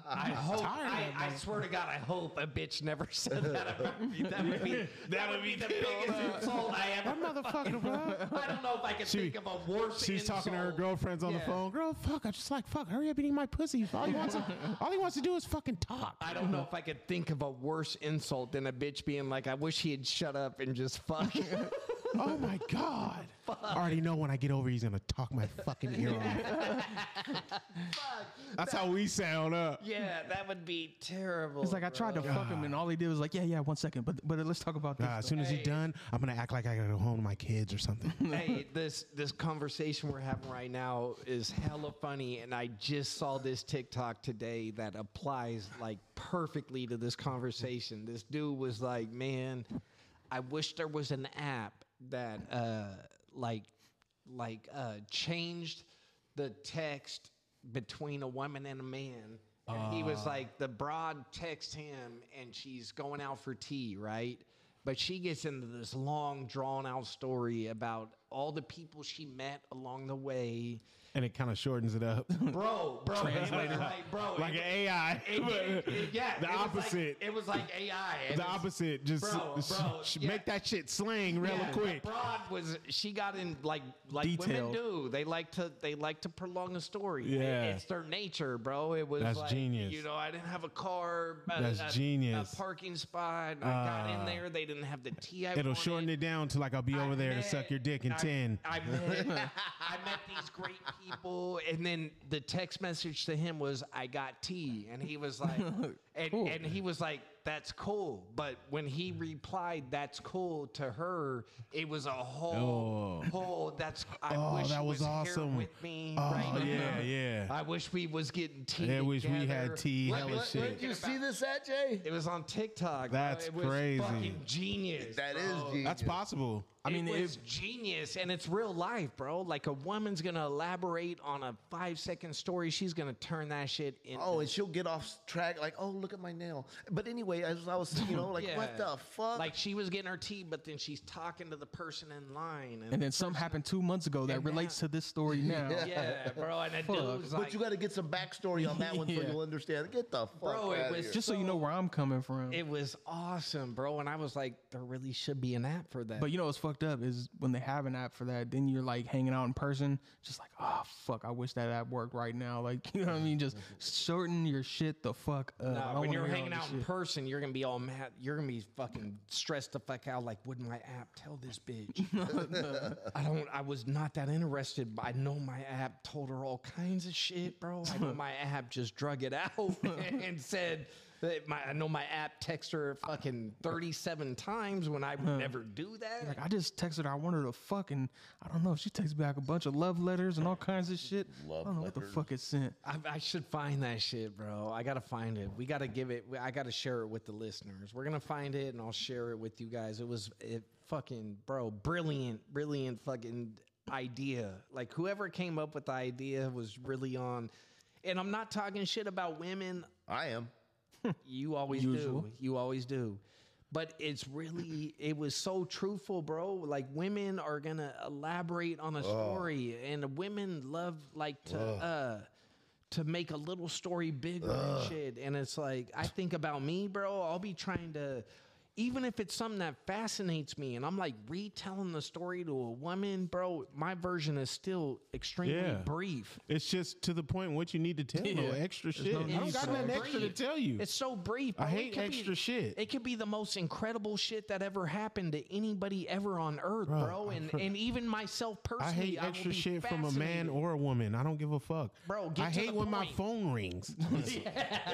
Speaker 1: I hope.
Speaker 5: tired
Speaker 1: I,
Speaker 5: of
Speaker 1: I swear to God, I hope a bitch never said that. about me. That would be that would be the biggest insult I ever.
Speaker 5: that motherfucker. what?
Speaker 1: I don't know if I can
Speaker 5: She-
Speaker 1: think of a worse.
Speaker 5: She's talking to her
Speaker 1: insult.
Speaker 5: girlfriends on the
Speaker 1: Yeah.
Speaker 5: phone. Girl, fuck. I just like fuck. Hurry up and eat my pussy. All he wants, to, all he wants to do is fucking talk.
Speaker 1: I don't know if I could think of a worse insult than a bitch being like, "I wish he'd shut up and just fuck."
Speaker 5: oh my god. I already know when I get over, he's gonna talk my fucking ear off. That's how we sound up.
Speaker 1: yeah, that would be terrible.
Speaker 4: It's like I tried to fuck him, and all he did was like, yeah, yeah, one second, but but let's talk about this.
Speaker 5: Nah, Uh, as soon as he's done, I'm gonna act like I gotta go home to my kids or something.
Speaker 1: hey, this this conversation we're having right now is hella funny, and I just saw this TikTok today that applies like perfectly to this conversation. This dude was like, "Man, I wish there was an app that uh, like like uh, changed the text between a woman and a man." And he was like, the broad texts him, and she's going out for tea, right? But she gets into this long, drawn out story about all the people she met along the way.
Speaker 5: and it kind of shortens it up.
Speaker 1: Bro, bro, translator. Like, bro,
Speaker 5: like an
Speaker 1: it-
Speaker 5: AI.
Speaker 1: it- it- yeah,
Speaker 5: the
Speaker 1: it was like-
Speaker 5: opposite.
Speaker 1: it was like AI. and
Speaker 5: the
Speaker 1: it's-
Speaker 5: opposite. Just
Speaker 1: Bro,
Speaker 5: s-
Speaker 1: bro,
Speaker 5: sh-
Speaker 1: yeah.
Speaker 5: make that shit slang real
Speaker 1: Yeah,
Speaker 5: quick.
Speaker 1: Broad was she got in like like women
Speaker 4: Detailed.
Speaker 1: do. They like to they like to prolong a story. It-
Speaker 5: Yeah.
Speaker 1: it's their nature, bro. It was
Speaker 5: That's
Speaker 1: like,
Speaker 5: genius.
Speaker 1: You know, I didn't have a car. a-
Speaker 5: That's
Speaker 1: a-
Speaker 5: genius.
Speaker 1: A parking spot. I got
Speaker 5: Ah.
Speaker 1: in there. They didn't have the tea. I
Speaker 5: It'll
Speaker 1: wanted.
Speaker 5: shorten it down to like I'll be over
Speaker 1: I
Speaker 5: there and
Speaker 1: met-
Speaker 5: suck your dick in
Speaker 1: I-
Speaker 5: ten.
Speaker 1: I met, I met these great people, and then the text message to him was, "I got tea," and he was like, and, and he was like, "That's cool," but when he
Speaker 5: Mm.
Speaker 1: replied, "That's cool" to her, it was a whole,
Speaker 5: Oh.
Speaker 1: whole. That's I
Speaker 5: Oh,
Speaker 1: wish
Speaker 5: that
Speaker 1: you
Speaker 5: was
Speaker 1: was,
Speaker 5: awesome.
Speaker 1: Here with me,
Speaker 5: Oh,
Speaker 1: right
Speaker 5: yeah,
Speaker 1: now.
Speaker 5: yeah.
Speaker 1: I wish we was getting tea.
Speaker 5: I wish we
Speaker 1: together."
Speaker 5: had tea.
Speaker 1: Let
Speaker 5: Hella
Speaker 1: me- let
Speaker 3: What,
Speaker 1: me
Speaker 5: shit.
Speaker 3: what,
Speaker 1: get
Speaker 3: you
Speaker 1: about-
Speaker 3: see this at, Jay?
Speaker 1: It was on TikTok. bro.
Speaker 5: That's
Speaker 1: It was
Speaker 5: crazy.
Speaker 1: Fucking genius.
Speaker 3: That is
Speaker 1: bro.
Speaker 3: genius.
Speaker 5: That's possible.
Speaker 1: I
Speaker 4: I
Speaker 1: mean,
Speaker 4: mean,
Speaker 1: it was
Speaker 4: it-
Speaker 1: genius, and it's real life, bro. Like a woman's gonna elaborate on a five second story, she's gonna turn that shit into.
Speaker 3: Oh, and she'll get off track like, oh, look at my nail. But anyway, as I was, you know, like, what
Speaker 1: Yeah.
Speaker 3: the fuck?
Speaker 1: Like she was getting her tea, but then she's talking to the person in line, and,
Speaker 4: And then something happened two months ago that
Speaker 1: And now-
Speaker 4: relates to this story now.
Speaker 1: yeah, bro, and a dude's
Speaker 3: but
Speaker 1: like,
Speaker 3: you got to get some backstory on that one so
Speaker 4: Yeah.
Speaker 3: you'll understand. Get the fuck
Speaker 1: Bro, it
Speaker 3: out
Speaker 1: was
Speaker 3: here.
Speaker 4: Just so, you know where I'm coming from.
Speaker 1: it was awesome, bro. And I was like, there really should be an app for that.
Speaker 4: but you know what's fucked up is when they have an app for that, then you're like hanging out in person, just like, oh fuck, I wish that app worked right now. Like, you know what I mean? Just shorten your shit the fuck up. I
Speaker 1: No,
Speaker 4: don't
Speaker 1: when
Speaker 4: wanna
Speaker 1: you're
Speaker 4: hear all
Speaker 1: hanging
Speaker 4: this
Speaker 1: out in
Speaker 4: shit.
Speaker 1: person, you're gonna be all mad. You're gonna be fucking stressed the fuck out. Like, would my app tell this bitch? I don't. I was not that interested. But I know my app told her all kinds of shit, bro. I know my app just drug it out and said. that My, I know my app texted her fucking 37 times when I would never do that.
Speaker 4: Like I just texted her, I wanted to fuck, and I don't know. She texted back a bunch of love letters and all kinds of shit.
Speaker 3: Love
Speaker 4: I don't know what the
Speaker 3: letters.
Speaker 4: fuck it sent.
Speaker 1: I, I should find that shit, bro. I gotta find it. We gotta give it. I gotta share it with the listeners. We're gonna find it, and I'll share it with you guys. It was it fucking bro, brilliant, brilliant fucking idea. Like whoever came up with the idea was really on. And I'm not talking shit about women.
Speaker 3: I am.
Speaker 1: You always
Speaker 4: Usual.
Speaker 1: do. You always do. But it's really, it was so truthful, bro. Like women are gonna elaborate on a story, and women love like to uh to make a little story bigger and shit. And it's like I think about me, bro. I'll be trying to. Even if it's something that fascinates me and I'm like retelling the story to a woman, bro, my version is still extremely
Speaker 5: Yeah.
Speaker 1: brief.
Speaker 5: It's just to the point what you need to tell. No extra shit.
Speaker 4: no
Speaker 5: I don't
Speaker 4: need
Speaker 5: got
Speaker 4: for
Speaker 5: nothing
Speaker 4: it.
Speaker 5: extra to tell you.
Speaker 1: It's so brief.
Speaker 5: I
Speaker 1: bro. It
Speaker 5: hate
Speaker 1: could be-
Speaker 5: extra shit.
Speaker 1: It could be the most incredible shit that ever happened to anybody ever on earth, bro. And and even myself personally,
Speaker 5: I hate
Speaker 1: will
Speaker 5: extra
Speaker 1: be
Speaker 5: shit from a man
Speaker 1: fascinated.
Speaker 5: or a woman. I don't give a fuck.
Speaker 1: Bro, get
Speaker 5: I
Speaker 1: to
Speaker 5: hate
Speaker 1: the
Speaker 5: when my
Speaker 1: point.
Speaker 5: phone rings.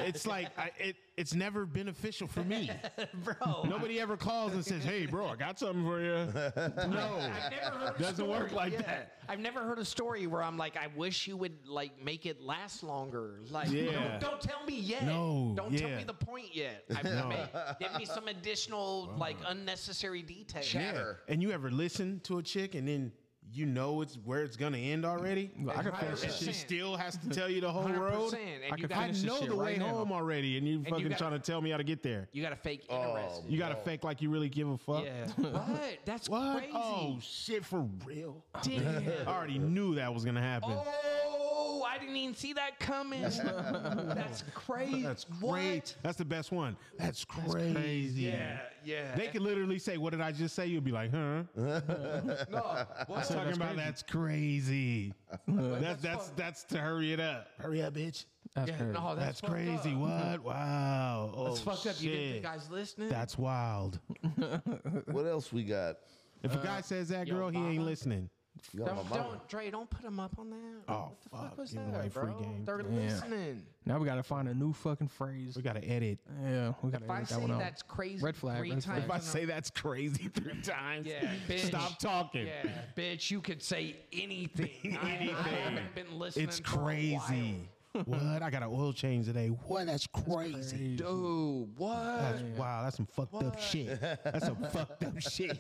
Speaker 5: It's like I, it. It's never beneficial for me.
Speaker 1: bro.
Speaker 5: Nobody ever calls and says, "Hey, bro, I got something for you." No,
Speaker 1: I've never heard a
Speaker 5: doesn't work
Speaker 1: story-
Speaker 5: like
Speaker 1: yeah.
Speaker 5: that.
Speaker 1: I've never heard a story where I'm like, I wish you would like make it last longer. Like,
Speaker 5: Yeah.
Speaker 1: don't, don't tell me yet.
Speaker 5: No,
Speaker 1: don't tell
Speaker 5: yeah.
Speaker 1: me the point yet. I, may- give me some additional like unnecessary detail.
Speaker 5: Yeah. And you ever listen to a chick and then you know it's where it's gonna end already.
Speaker 4: I can finish
Speaker 5: And
Speaker 4: this
Speaker 5: she
Speaker 4: shit.
Speaker 5: still has to tell you the whole road.
Speaker 6: 100%,
Speaker 4: I
Speaker 6: and you
Speaker 4: could
Speaker 5: I
Speaker 6: got
Speaker 4: finish this
Speaker 5: know
Speaker 4: shit
Speaker 5: the way
Speaker 4: right now.
Speaker 5: home already, and you fucking
Speaker 6: got-
Speaker 5: trying to tell me how to get there.
Speaker 6: you got to fake
Speaker 5: Oh,
Speaker 6: interested.
Speaker 5: You gotta fake like you really give a fuck.
Speaker 1: Yeah.
Speaker 6: What? That's
Speaker 5: What?
Speaker 6: crazy.
Speaker 5: Oh shit, for real?
Speaker 6: Damn.
Speaker 5: I already knew that was gonna happen.
Speaker 6: Oh, I didn't even see that coming. That's crazy.
Speaker 5: That's great. That's the best one. That's crazy.
Speaker 6: Yeah, yeah.
Speaker 5: They could literally say, "What did I just say?" You'll be like, "Huh?"
Speaker 6: no, what?
Speaker 5: Talking about that's crazy. that's that's that's to hurry it up. Hurry up, bitch.
Speaker 4: That's
Speaker 6: Yeah,
Speaker 4: crazy.
Speaker 6: no,
Speaker 5: That's
Speaker 6: Oh, that's, fucked
Speaker 5: crazy.
Speaker 6: Up.
Speaker 5: What? Wow. Oh,
Speaker 6: That's fucked up. You didn't
Speaker 5: shit.
Speaker 6: think I was listening?
Speaker 5: That's wild.
Speaker 3: What else we got?
Speaker 5: If
Speaker 6: Uh,
Speaker 5: a guy says that, girl, he ain't listening.
Speaker 3: You got my mama.
Speaker 6: don't, Dre, don't put them up on that.
Speaker 5: Oh,
Speaker 6: what the fuck,
Speaker 5: fuck,
Speaker 6: was
Speaker 5: giving
Speaker 6: that,
Speaker 5: away free
Speaker 6: bro?
Speaker 5: game.
Speaker 6: They're listening.
Speaker 4: Now we gotta find a new fucking phrase.
Speaker 5: We gotta edit.
Speaker 4: Yeah, we gotta
Speaker 6: If I
Speaker 4: edit
Speaker 6: say
Speaker 4: that one out.
Speaker 6: that's crazy
Speaker 4: Red flag,
Speaker 6: three
Speaker 4: red flag.
Speaker 6: times
Speaker 5: If I
Speaker 6: in a-
Speaker 5: say that's crazy three times,
Speaker 6: Yeah, bitch.
Speaker 5: stop talking.
Speaker 6: Yeah, bitch, you could say anything. anything. I, haven't been listening.
Speaker 5: It's
Speaker 6: for a while.
Speaker 5: crazy. what? I got an oil change today. What? That's crazy.
Speaker 6: Dude, what?
Speaker 5: That's wow. That's some fucked up shit. That's some fucked up shit.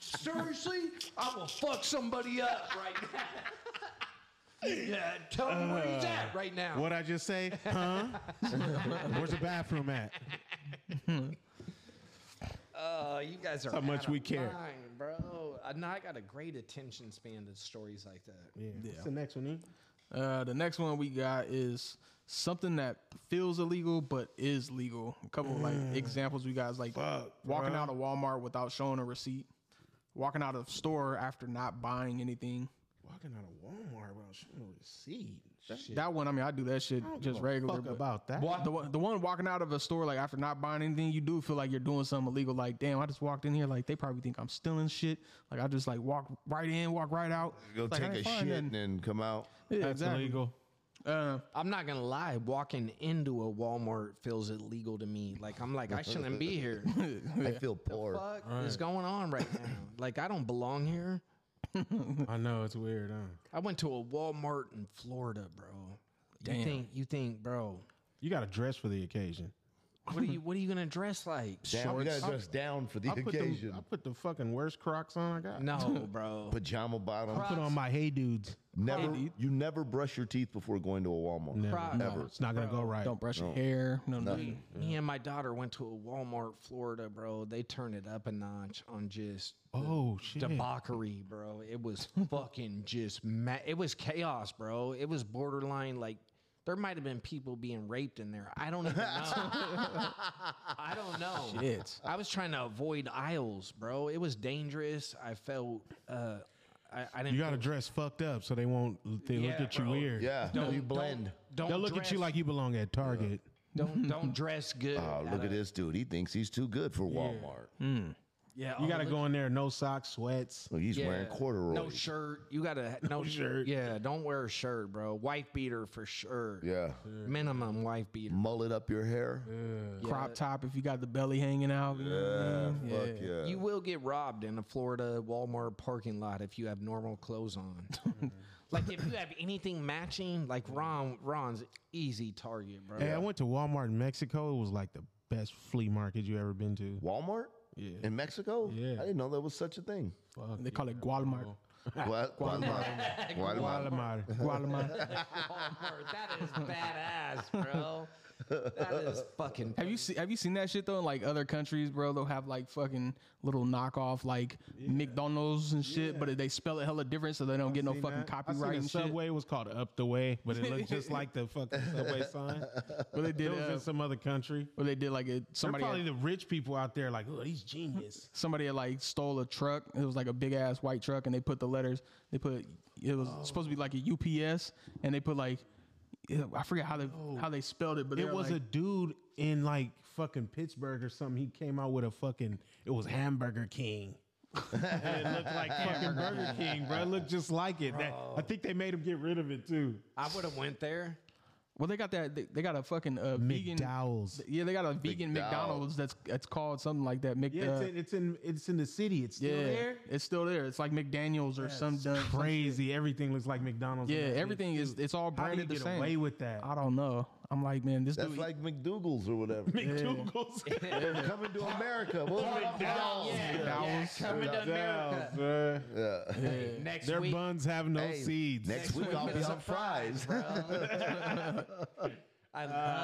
Speaker 6: Seriously? I will fuck somebody up right now. yeah, tell him where he's at right now.
Speaker 5: What I just say? Huh? Where's the bathroom at?
Speaker 6: Uh, you guys are
Speaker 5: how much
Speaker 6: out of
Speaker 5: we care.
Speaker 6: line, bro. Uh, now I got a great attention span to stories like that.
Speaker 5: Yeah. What's the next one? E?
Speaker 4: Uh, the next one we got is something that feels illegal but is legal. A couple of like examples we got is like walking out of Walmart without showing a receipt, walking out of store after not buying anything.
Speaker 5: Walking out of Walmart without showing a receipt. That's
Speaker 4: That one, I mean, I do that shit just regular.
Speaker 5: fuck
Speaker 4: but
Speaker 5: about that.
Speaker 4: wa- the one, the one walking out of a store like after not buying anything, you do feel like you're doing something illegal. Like, damn, I just walked in here. Like, they probably think I'm stealing shit. Like, I just like walk right in, walk right out.
Speaker 3: Go
Speaker 4: Like, I
Speaker 3: take a
Speaker 4: ain't find
Speaker 3: shit
Speaker 4: nothing.
Speaker 3: and then come out.
Speaker 4: Yeah,
Speaker 5: That's
Speaker 4: exactly.
Speaker 5: illegal.
Speaker 4: Uh,
Speaker 1: I'm not gonna lie, walking into a Walmart feels illegal to me. Like I'm like, I shouldn't be here.
Speaker 3: I feel poor.
Speaker 1: fuck is going on right now? Like I don't belong here.
Speaker 5: I know it's weird, huh?
Speaker 1: I went to a Walmart in Florida, bro. You think you think, bro,
Speaker 5: You got to dress for the occasion.
Speaker 1: what are you what are you gonna dress like?
Speaker 3: Down, you gotta dress down for the
Speaker 5: I put,
Speaker 3: occasion.
Speaker 5: the, I put the fucking worst Crocs on I got.
Speaker 1: No, bro.
Speaker 3: Pajama bottom.
Speaker 5: I put on my Hey Dudes.
Speaker 3: Never. You never brush your teeth before going to a Walmart.
Speaker 1: Crocs.
Speaker 3: Ever.
Speaker 5: It's not gonna go right.
Speaker 4: don't brush your hair. No, nothing.
Speaker 1: Me and my daughter went to a Walmart, Florida, bro. They turned it up a notch on just
Speaker 5: Oh shit!
Speaker 1: debauchery, bro. It was fucking just ma- it was chaos, bro. It was borderline like there might have been people being raped in there. I don't even know. I don't know.
Speaker 4: Shit.
Speaker 1: I was trying to avoid aisles, bro. It was dangerous. I felt uh I, I didn't
Speaker 5: You got to
Speaker 1: feel-
Speaker 5: dress fucked up so they won't. They look
Speaker 1: Yeah,
Speaker 5: at you
Speaker 1: bro.
Speaker 5: weird.
Speaker 3: Yeah. do you blend.
Speaker 1: don't
Speaker 5: They'll look at you
Speaker 1: dress-
Speaker 5: like you belong at Target.
Speaker 1: don't don't dress good.
Speaker 3: Oh, look at this dude. He thinks he's too good for Walmart.
Speaker 1: Yeah,
Speaker 5: You got to go in there, no socks, sweats.
Speaker 3: Oh, he's wearing corduroy.
Speaker 1: No shirt. You gotta no, shirt. Yeah, don't wear a shirt, bro. Wife beater for sure.
Speaker 3: Yeah.
Speaker 1: Minimum wife beater.
Speaker 3: Mullet up your hair.
Speaker 4: Crop top if you got the belly hanging out. you know what I mean?
Speaker 3: Fuck yeah.
Speaker 1: You will get robbed in a Florida Walmart parking lot if you have normal clothes on. like if you have anything matching, like Ron Ron's easy target, bro.
Speaker 5: Hey, I went to Walmart in Mexico. It was like the best flea market you ever been to.
Speaker 3: Walmart?
Speaker 5: Yeah.
Speaker 3: In Mexico?
Speaker 5: Yeah.
Speaker 3: I didn't know there was such a thing.
Speaker 4: They call it Guatemala.
Speaker 3: What? Walmart. Walmart.
Speaker 5: Walmart.
Speaker 4: Guatemala.
Speaker 1: Walmart, that is badass, bro. That is fucking
Speaker 4: have you seen Have you seen that shit though? In like other countries, bro, they'll have like fucking little knockoff like McDonald's and shit, but they spell it hella different, so they don't get no
Speaker 5: Seen
Speaker 4: fucking
Speaker 5: that? I seen
Speaker 4: copyright
Speaker 5: the
Speaker 4: and shit.
Speaker 5: subway was called Up the Way, but it looked just like the fucking subway sign.
Speaker 4: But they
Speaker 5: It
Speaker 4: did,
Speaker 5: was
Speaker 4: uh,
Speaker 5: in some other country.
Speaker 4: but they did like it.
Speaker 5: They're
Speaker 4: Somebody
Speaker 5: probably
Speaker 4: had,
Speaker 5: the rich people out there like, oh, he's genius.
Speaker 4: somebody had like stole a truck. It was like a big ass white truck, and they put the letters. They put it was
Speaker 5: Oh.
Speaker 4: supposed to be like a UPS, and they put like. I forget how they how they spelled it, but
Speaker 5: Oh. It was
Speaker 4: like,
Speaker 5: a dude in like fucking Pittsburgh or something. He came out with a fucking. It was Hamburger King. and it looked like fucking Burger King, bro. It looked just like it. That- I think they made him get rid of it too.
Speaker 1: I would have went there.
Speaker 4: Well, they got that. They, they got a fucking uh, vegan.
Speaker 5: McDowell's.
Speaker 4: Yeah, they got a vegan McDonald's that's that's called something like that. Mc,
Speaker 5: Yeah,
Speaker 4: uh,
Speaker 5: it's in, it's in it's in the city. It's still
Speaker 4: yeah,
Speaker 5: there.
Speaker 4: it's still there. It's like McDaniel's or some dumb.
Speaker 5: Crazy. Everything looks like McDonald's.
Speaker 4: Yeah,
Speaker 5: in that bitch,
Speaker 4: everything is.
Speaker 5: too.
Speaker 4: It's all
Speaker 5: How do you
Speaker 4: branded the
Speaker 5: get
Speaker 4: same.
Speaker 5: away with that?
Speaker 4: I don't know. I'm like, man, this
Speaker 3: That's
Speaker 4: dude.
Speaker 3: like McDougal's or whatever.
Speaker 5: McDougal's.
Speaker 3: Coming to America. What was it?
Speaker 4: McDowell's.
Speaker 7: coming to America.
Speaker 5: McDougal's, bruh.
Speaker 7: Next
Speaker 5: Their
Speaker 7: week,
Speaker 5: buns have no
Speaker 3: Hey,
Speaker 5: seeds.
Speaker 3: Next week I'll be on fries.
Speaker 1: I love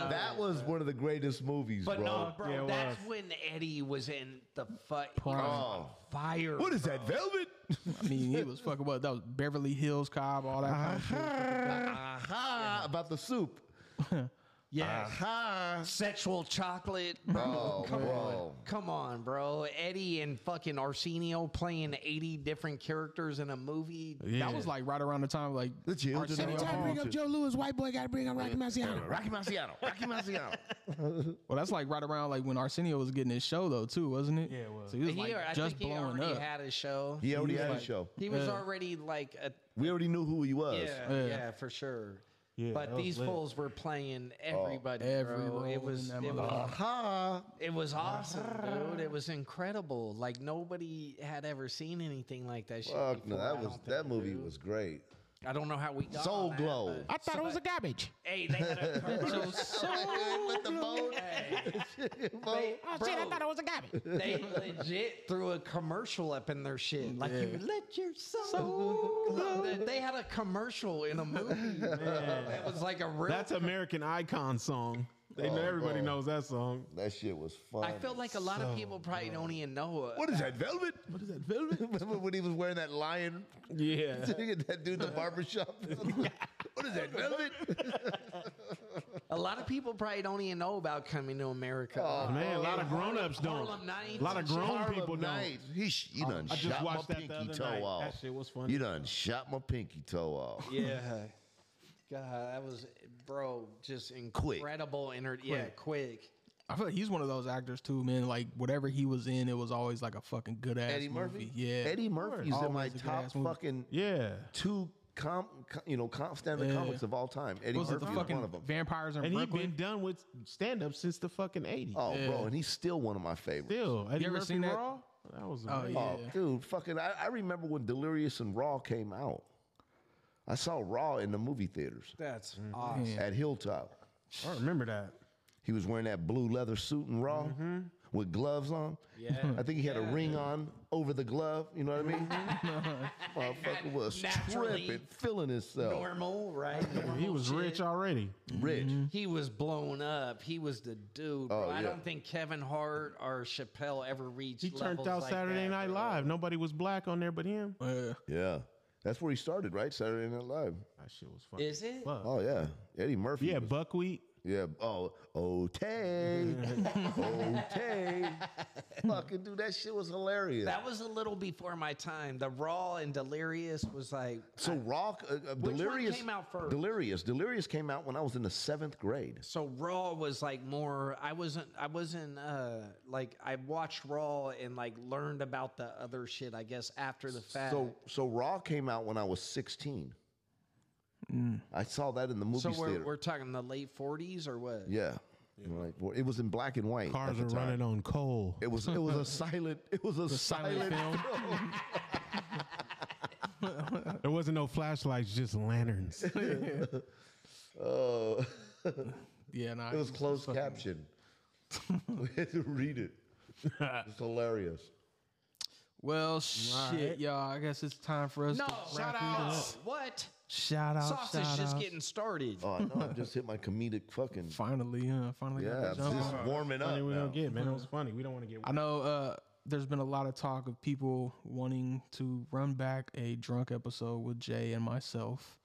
Speaker 3: Uh, that was one of the greatest movies,
Speaker 1: But
Speaker 3: bro.
Speaker 1: no, bro,
Speaker 5: Yeah, it
Speaker 1: that's
Speaker 5: was.
Speaker 1: when Eddie was in the fight.
Speaker 3: Oh.
Speaker 1: Fire.
Speaker 3: What is that, velvet?
Speaker 4: I mean, he was fucking what? That was Beverly Hills Cop, all that kind of
Speaker 5: Uh-huh.
Speaker 4: shit.
Speaker 3: Aha! About the soup.
Speaker 1: Yeah.
Speaker 3: Aha!
Speaker 1: Sexual chocolate. Bro.
Speaker 3: Oh, bro.
Speaker 1: Come on, bro. Eddie and fucking Arsenio playing 80 different characters in a movie.
Speaker 4: That was like right around the time, like
Speaker 3: The children of
Speaker 4: Arsenio
Speaker 3: the
Speaker 4: Hall.
Speaker 3: Bronx.
Speaker 5: Joe Lewis, white boy, gotta bring up Rocky Marciano.
Speaker 3: Rocky Marciano. Rocky Marciano.
Speaker 4: Well, that's like right around like when Arsenio was getting his show though, too, wasn't it? Yeah, it was. So he was
Speaker 1: He,
Speaker 4: like
Speaker 1: I
Speaker 4: just
Speaker 1: think he
Speaker 4: blowing
Speaker 1: already
Speaker 4: up.
Speaker 1: had a show.
Speaker 3: He already had a show.
Speaker 1: He was already like a
Speaker 3: We already knew who he was.
Speaker 1: yeah,
Speaker 4: Yeah.
Speaker 1: yeah, for sure.
Speaker 5: Yeah, that
Speaker 1: but
Speaker 5: was
Speaker 1: these
Speaker 5: lit.
Speaker 1: fools were playing everybody.
Speaker 4: Oh, every
Speaker 1: bro.
Speaker 4: role
Speaker 1: It
Speaker 4: in
Speaker 1: was
Speaker 4: that
Speaker 1: it
Speaker 4: motherfucker.
Speaker 1: was,
Speaker 3: Aha!
Speaker 1: it was awesome, dude. It was incredible. Like nobody had ever seen anything like that shit.
Speaker 3: Fuck no,
Speaker 1: before, I
Speaker 3: that was
Speaker 1: don't
Speaker 3: that
Speaker 1: think,
Speaker 3: movie
Speaker 1: dude.
Speaker 3: was great.
Speaker 1: I don't know how we got on
Speaker 3: Soul
Speaker 1: that,
Speaker 3: Glow.
Speaker 1: but-
Speaker 5: I thought it was a garbage.
Speaker 1: Hey, they had a commercial.
Speaker 3: With the boat.
Speaker 1: They, bro,
Speaker 5: it was a garbage.
Speaker 1: they legit threw a commercial up in their shit. Like you let your soul. glow. They- They had a commercial in a movie. That was like a real.
Speaker 5: That's American Icon song. They know
Speaker 3: Oh,
Speaker 5: everybody
Speaker 3: bro.
Speaker 5: knows that song.
Speaker 3: That shit was fun.
Speaker 1: I feel like a lot of people probably don't even know. uh, it.
Speaker 3: What is that, velvet? What is that, velvet? Remember when he was wearing that lion?
Speaker 5: Yeah.
Speaker 3: that dude in the barbershop? what is that, velvet?
Speaker 1: A lot of people probably don't even know about coming to America. Oh,
Speaker 5: Man, a lot of grown ups don't.
Speaker 1: Harlem Nights.
Speaker 5: A lot of grown
Speaker 3: Harlem
Speaker 5: people
Speaker 3: Nights. He sh- you done
Speaker 5: I just
Speaker 3: shot my
Speaker 5: watched that the
Speaker 3: pinky
Speaker 5: other
Speaker 3: toe
Speaker 5: night.
Speaker 3: off.
Speaker 5: That shit was funny.
Speaker 3: You done shot my pinky toe off.
Speaker 1: Yeah. God, that was, bro, just
Speaker 3: Quick.
Speaker 1: incredible. Inter- Yeah, quick.
Speaker 4: I feel like he's one of those actors too, man. Like whatever he was in, it was always like a fucking good ass
Speaker 3: Eddie
Speaker 4: movie.
Speaker 3: Murphy.
Speaker 4: Yeah.
Speaker 3: Eddie Murphy's in
Speaker 4: Always
Speaker 3: my
Speaker 4: a good
Speaker 3: top
Speaker 4: ass movie.
Speaker 3: fucking
Speaker 5: Yeah.
Speaker 3: two com, co- you know, com, stand-up
Speaker 4: Yeah.
Speaker 3: comics of all time. Eddie
Speaker 4: was it
Speaker 3: Murphy
Speaker 4: the
Speaker 3: is one
Speaker 4: fucking
Speaker 3: of them.
Speaker 4: vampires in
Speaker 5: And he's
Speaker 4: Brooklyn?
Speaker 5: been done with stand up since the fucking 80s.
Speaker 3: oh, bro, and he's still one of my favorites.
Speaker 5: Still, Eddie
Speaker 4: You ever
Speaker 5: Murphy
Speaker 4: seen that?
Speaker 5: Raw? That was
Speaker 4: oh
Speaker 5: amazing.
Speaker 4: yeah.
Speaker 3: Oh, dude, fucking, I, I remember when Delirious and Raw came out. I saw Raw in the movie theaters
Speaker 1: That's
Speaker 5: Mm-hmm.
Speaker 1: awesome.
Speaker 3: at Hilltop.
Speaker 5: I remember that.
Speaker 3: He was wearing that blue leather suit and raw
Speaker 1: Mm-hmm.
Speaker 3: with gloves on. Yeah. I think he had a ring on over the glove. You know what I mean? Motherfucker was
Speaker 1: Mm-hmm. Naturally
Speaker 3: tripping, feeling himself.
Speaker 1: Normal, Mm-hmm. right? Normal
Speaker 5: He was rich
Speaker 1: Oh, shit.
Speaker 5: already.
Speaker 3: Rich.
Speaker 1: He was blown up. He was the dude. Bro.
Speaker 3: Oh,
Speaker 1: I
Speaker 3: yeah.
Speaker 1: don't think Kevin Hart or Chappelle ever reached.
Speaker 5: He turned
Speaker 1: levels
Speaker 5: out
Speaker 1: like
Speaker 5: Saturday
Speaker 1: that,
Speaker 5: Night
Speaker 1: bro.
Speaker 5: Live. Nobody was black on there but him.
Speaker 4: Yeah.
Speaker 3: Yeah. That's where he started, right? Saturday Night Live.
Speaker 5: That shit was funny.
Speaker 1: Is it?
Speaker 5: Fuck.
Speaker 3: Oh yeah, Eddie Murphy.
Speaker 5: Yeah,
Speaker 3: was-
Speaker 5: buckwheat.
Speaker 3: yeah. Oh, Otay, Otay. Fucking dude, that shit was hilarious.
Speaker 1: That was a little before my time. The Raw and Delirious was like
Speaker 3: so Raw, uh, uh,
Speaker 1: one
Speaker 3: Delirious
Speaker 1: came out first?
Speaker 3: Delirious, Delirious came out when I was in the seventh grade.
Speaker 1: so Raw was like more I wasn't I wasn't uh like I watched Raw and like learned about the other shit I guess after the fact.
Speaker 3: So so Raw came out when I was 16.
Speaker 1: Mm.
Speaker 3: I saw that in the movie
Speaker 1: So we're,
Speaker 3: theater.
Speaker 1: we're talking the late 40s or what?
Speaker 3: yeah. Like, well, it was in black and white.
Speaker 5: Cars
Speaker 3: at the
Speaker 5: are
Speaker 3: time.
Speaker 5: running on coal.
Speaker 3: It was it was a silent it was a silent,
Speaker 4: silent film.
Speaker 3: film.
Speaker 5: There wasn't no flashlights, just lanterns.
Speaker 3: Oh,
Speaker 4: Yeah, nah,
Speaker 3: it was closed caption. we had to read it. It's hilarious.
Speaker 4: Well, shit, y'all. I guess it's time for us
Speaker 1: No,
Speaker 4: to
Speaker 1: shout
Speaker 4: wrap
Speaker 1: out.
Speaker 4: it up.
Speaker 1: What?
Speaker 4: Shout out,
Speaker 1: Sausage
Speaker 4: shout
Speaker 1: just
Speaker 4: out.
Speaker 1: getting started.
Speaker 3: Oh, I know I just hit my comedic fucking
Speaker 4: Finally, huh? Finally, got
Speaker 3: yeah.
Speaker 4: that
Speaker 3: I'm
Speaker 4: jump
Speaker 3: just
Speaker 4: on.
Speaker 3: warming up.
Speaker 5: we
Speaker 3: now.
Speaker 5: don't get, man. It was funny. We don't want to get.
Speaker 4: I know uh, there's been a lot of talk of people wanting to run back a drunk episode with Jay and myself.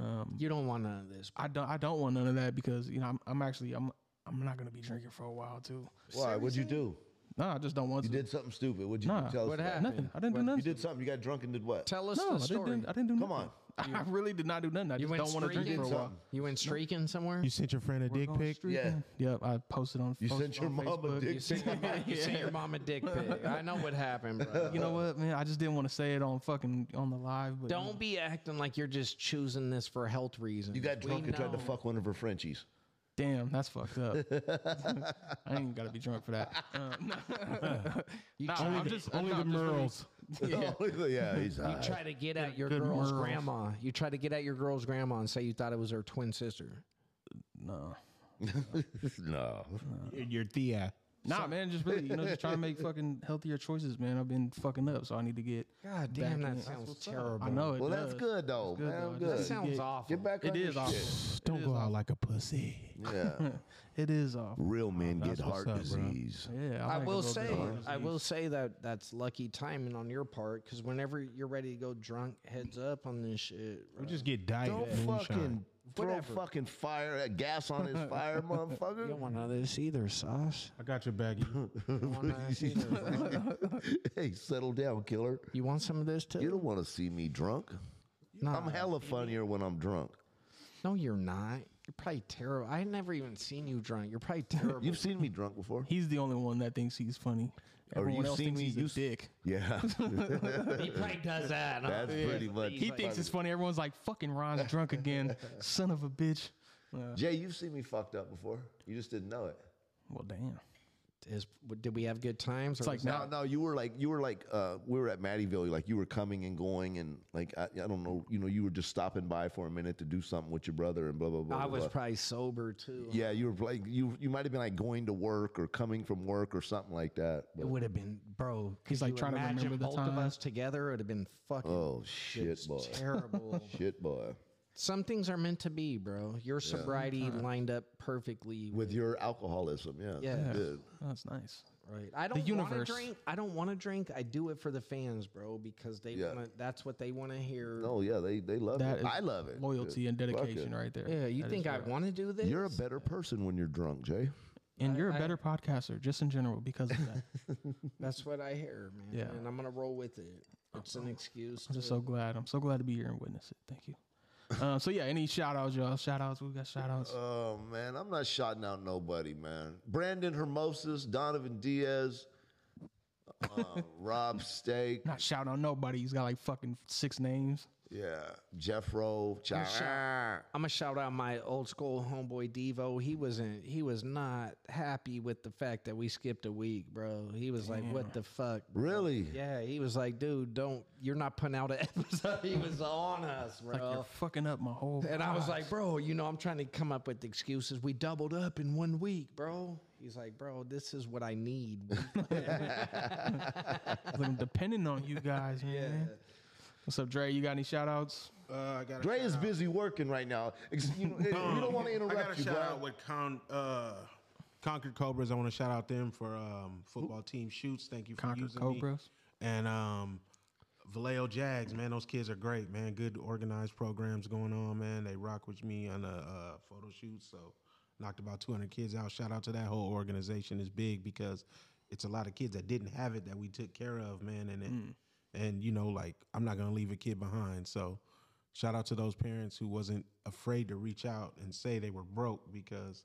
Speaker 4: Um,
Speaker 1: You don't want none of this.
Speaker 4: I don't. I don't want none of that because you know I'm, I'm actually I'm I'm not gonna be drinking for a while too.
Speaker 3: Why? What'd you do?
Speaker 4: No, I just don't want
Speaker 3: You
Speaker 4: to.
Speaker 3: did something stupid. What'd you
Speaker 4: Nah.
Speaker 3: tell us?
Speaker 1: What
Speaker 3: about?
Speaker 1: happened?
Speaker 4: nothing. I didn't do
Speaker 3: You
Speaker 4: nothing.
Speaker 3: did something. You got drunk and did what?
Speaker 1: Tell us
Speaker 4: no,
Speaker 1: the
Speaker 4: I
Speaker 1: story.
Speaker 4: didn't. I didn't do
Speaker 3: Come
Speaker 4: nothing. I really did not do nothing. I just
Speaker 1: went
Speaker 4: don't want to drink
Speaker 1: streaking?
Speaker 4: for a while.
Speaker 3: Something.
Speaker 1: You went streaking somewhere?
Speaker 5: You sent your friend a dick pic.
Speaker 3: Yeah.
Speaker 4: Yep, I posted on.
Speaker 3: You
Speaker 4: posted
Speaker 3: sent your
Speaker 4: on
Speaker 3: mom a
Speaker 4: Facebook.
Speaker 3: dick. pic.
Speaker 1: You sent your mom a dick pic. I know what happened, bro.
Speaker 4: You know what, man? I just didn't want to say it on fucking on the live. But
Speaker 1: Don't be acting like you're just choosing this for health reasons.
Speaker 3: You got
Speaker 1: We
Speaker 3: drunk and tried to
Speaker 1: know.
Speaker 3: fuck one of her Frenchies.
Speaker 4: Damn, that's fucked up. I ain't gotta be drunk for that. Um, nah, I'm just
Speaker 5: Only
Speaker 4: nah,
Speaker 5: the
Speaker 4: I'm just really-
Speaker 5: Merles.
Speaker 3: Yeah, yeah he's
Speaker 1: You
Speaker 3: high.
Speaker 1: try to get at your
Speaker 4: good
Speaker 1: girl's
Speaker 4: morals.
Speaker 1: grandma. You try to get at your girl's grandma and say you thought it was her twin sister.
Speaker 4: No,
Speaker 3: no.
Speaker 5: Your, your thea.
Speaker 4: Nah, man, just really, you know, just trying to make fucking healthier choices, man. I've been fucking up, so I need to get.
Speaker 6: God
Speaker 4: back
Speaker 6: damn, that
Speaker 4: in.
Speaker 6: sounds
Speaker 4: I
Speaker 6: terrible.
Speaker 4: know it.
Speaker 3: Well,
Speaker 4: does.
Speaker 3: that's good though.
Speaker 4: good,
Speaker 3: man,
Speaker 4: though.
Speaker 3: good.
Speaker 6: That sounds awful.
Speaker 3: Get back.
Speaker 4: It
Speaker 3: on
Speaker 4: is
Speaker 3: your
Speaker 4: awful.
Speaker 3: shit.
Speaker 5: Don't go out like a pussy.
Speaker 3: Yeah.
Speaker 4: It is awful.
Speaker 3: Real men get heart
Speaker 5: what's up, bro.
Speaker 3: disease.
Speaker 4: Yeah,
Speaker 1: I
Speaker 4: like a
Speaker 1: will
Speaker 4: little bit
Speaker 1: say,
Speaker 4: of arms
Speaker 1: I
Speaker 4: use.
Speaker 1: will say that that's lucky timing on your part because whenever you're ready to go drunk, heads up on this shit.
Speaker 5: We
Speaker 1: bro.
Speaker 5: just get diet
Speaker 3: Don't
Speaker 5: moonshine.
Speaker 3: fucking throw fucking fire uh, gas on his fire, motherfucker.
Speaker 1: don't want none of this either, Sauce.
Speaker 5: I got your bag.
Speaker 3: hey, settle down, killer.
Speaker 1: You want some of this too?
Speaker 3: You don't want to see me drunk.
Speaker 1: Nah.
Speaker 3: I'm hella funnier when I'm drunk.
Speaker 1: No, you're not. You're probably terrible. I never even seen you drunk. You're probably terrible.
Speaker 3: You've seen me drunk before.
Speaker 4: He's the only one that thinks he's funny.
Speaker 3: Or
Speaker 4: Everyone
Speaker 3: you've
Speaker 4: else
Speaker 3: seen
Speaker 4: thinks
Speaker 3: me-
Speaker 4: he's a
Speaker 3: you've s-
Speaker 4: dick.
Speaker 3: Yeah,
Speaker 1: he probably does that. huh?
Speaker 3: that's pretty much.
Speaker 4: He thinks it's funny. Everyone's like, "Fucking Ron's drunk again, son of a bitch." Uh,
Speaker 3: Jay, you've seen me fucked up before. You just didn't know it.
Speaker 4: well, damn.
Speaker 1: Is- did we have good times? Or
Speaker 4: It's like
Speaker 1: was that-
Speaker 3: No,
Speaker 4: now,
Speaker 3: no, you were like, you were like, uh, we were at Mattyville. Like you were coming and going, and like I, I don't know, you know, you were just stopping by for a minute to do something with your brother and blah blah blah.
Speaker 1: I
Speaker 3: blah,
Speaker 1: was
Speaker 3: blah.
Speaker 1: probably sober too.
Speaker 3: Yeah, you were like you. You might have been like going to work or coming from work or something like that.
Speaker 1: It
Speaker 3: But,
Speaker 1: would have been, bro. He's
Speaker 4: like trying to remember the
Speaker 1: both of
Speaker 4: time.
Speaker 1: us together. It would have been fucking
Speaker 3: oh shit,
Speaker 1: it's
Speaker 3: boy!
Speaker 1: terrible.
Speaker 3: Shit, boy!
Speaker 1: Some things are meant to be, bro. Your sobriety lined up perfectly.
Speaker 3: With your alcoholism, yeah,
Speaker 1: Yeah.
Speaker 3: good.
Speaker 4: That's nice.
Speaker 1: Right. I don't want
Speaker 4: universe.
Speaker 1: to drink. I don't want to drink. I do it for the fans, bro, because they
Speaker 3: Yeah.
Speaker 1: want that's what they want to hear.
Speaker 3: No, Oh, yeah, they they love
Speaker 4: That
Speaker 3: it.
Speaker 4: is
Speaker 3: I love it.
Speaker 4: Loyalty and
Speaker 3: Fuck it.
Speaker 4: dedication, right there.
Speaker 1: Yeah, you
Speaker 4: That is
Speaker 1: think I
Speaker 4: real.
Speaker 1: want to do this?
Speaker 3: You're a better person when you're drunk, Jay.
Speaker 4: And you're a better podcaster, just in general, because of that.
Speaker 1: that's what I hear, man.
Speaker 4: Yeah.
Speaker 1: And I'm gonna roll with it. It's an excuse.
Speaker 4: I'm
Speaker 1: To,
Speaker 4: just so glad. I'm so glad to be here and witness it. Thank you. Um, so yeah, any shout outs, y'all? Shout outs. We got shout outs.
Speaker 3: Oh man, I'm not shouting out nobody, man. Brandon Hermosas, Donovan Diaz, uh, Rob Steak,
Speaker 4: Not shout out nobody. He's got like fucking six names.
Speaker 3: yeah, Jeff Rowe, Chow-
Speaker 1: I'm gonna shout out my old school homeboy Devo. He wasn't. He was not happy with the fact that we skipped a week, bro. He was like, "What the fuck?" bro?"
Speaker 3: Really?
Speaker 1: Yeah, he was like, "Dude, don't. You're not putting out an episode." He was on us, bro.
Speaker 4: Like you're fucking up my whole.
Speaker 1: And I was
Speaker 4: vibe.
Speaker 1: like, bro, you know, I'm trying to come up with excuses. We doubled up in one week, bro. He's like, bro, this is what I need.
Speaker 4: I'm depending on you guys, man. What's up, Dre? You got any shout outs?
Speaker 5: Uh, I got
Speaker 3: Dre is busy working right now. Ex- You, know, we don't want to interrupt
Speaker 5: I got
Speaker 3: you,
Speaker 5: shout
Speaker 3: bro.
Speaker 5: out with Con, uh, Concord Cobras. I want to shout out them for um, football team shoots. Thank you for
Speaker 4: Concord
Speaker 5: using
Speaker 4: Cobras.
Speaker 5: me. And um, Vallejo Jags, man, those kids are great, man. Good organized programs going on, man. They rock with me on the uh, photo shoots. So knocked about 200 kids out. Shout out to that whole organization. It's big because it's a lot of kids that didn't have it that we took care of, man. And it, and you know, like I'm not gonna leave a kid behind. So shout out to those parents who wasn't afraid to reach out and say they were broke because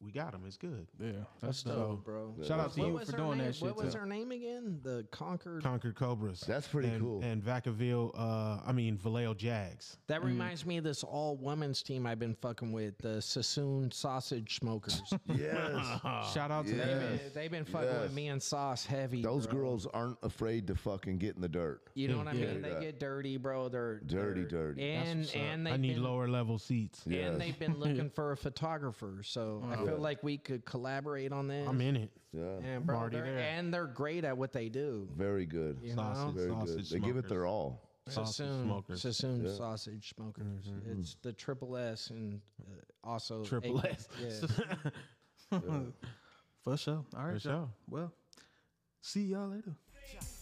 Speaker 5: we got them. It's good.
Speaker 4: Yeah, that's
Speaker 1: Oh, bro.
Speaker 4: Shout out to you for doing
Speaker 1: name?
Speaker 4: that shit.
Speaker 1: What was
Speaker 4: too.
Speaker 1: her name again? The Concord.
Speaker 5: Concord Cobras.
Speaker 3: That's pretty
Speaker 5: and,
Speaker 3: cool.
Speaker 5: And Vacaville, uh, I mean Vallejo Jags.
Speaker 1: that reminds me of this all women's team I've been fucking with, the Sassoon Sausage Smokers.
Speaker 3: Yes.
Speaker 4: Shout out to them.
Speaker 3: Yes.
Speaker 1: They've been fucking
Speaker 3: Yes.
Speaker 1: with me and Sauce heavy.
Speaker 3: Those
Speaker 1: bro.
Speaker 3: girls aren't afraid to fucking get in the dirt.
Speaker 1: You know what I
Speaker 4: Yeah.
Speaker 1: mean? They get dirty, bro. They're
Speaker 3: Dirty,
Speaker 1: they're-
Speaker 3: dirty. That's
Speaker 1: And and they
Speaker 5: Uh, I need
Speaker 1: been,
Speaker 5: lower level seats.
Speaker 3: Yes.
Speaker 1: And they've been looking for a photographer, so I feel like we could collaborate on this.
Speaker 5: Oh. I'm in it.
Speaker 3: Yeah.
Speaker 1: And bro,
Speaker 5: already
Speaker 1: they're,
Speaker 5: there.
Speaker 1: and they're great at what they do.
Speaker 3: Very good.
Speaker 5: Sausage,
Speaker 3: Very good.
Speaker 5: sausage
Speaker 3: They give it their
Speaker 5: smokers.
Speaker 3: all.
Speaker 5: Sausage
Speaker 1: Sassoon,
Speaker 5: smokers. Mm-hmm.
Speaker 1: Sassoon sausage smokers. It's the triple S and uh, also
Speaker 5: Triple
Speaker 1: A-
Speaker 5: S.
Speaker 1: Yeah.
Speaker 4: For sure. All right,
Speaker 5: For
Speaker 4: y'all.
Speaker 5: sure.
Speaker 4: Well, see y'all later.
Speaker 2: Check oh.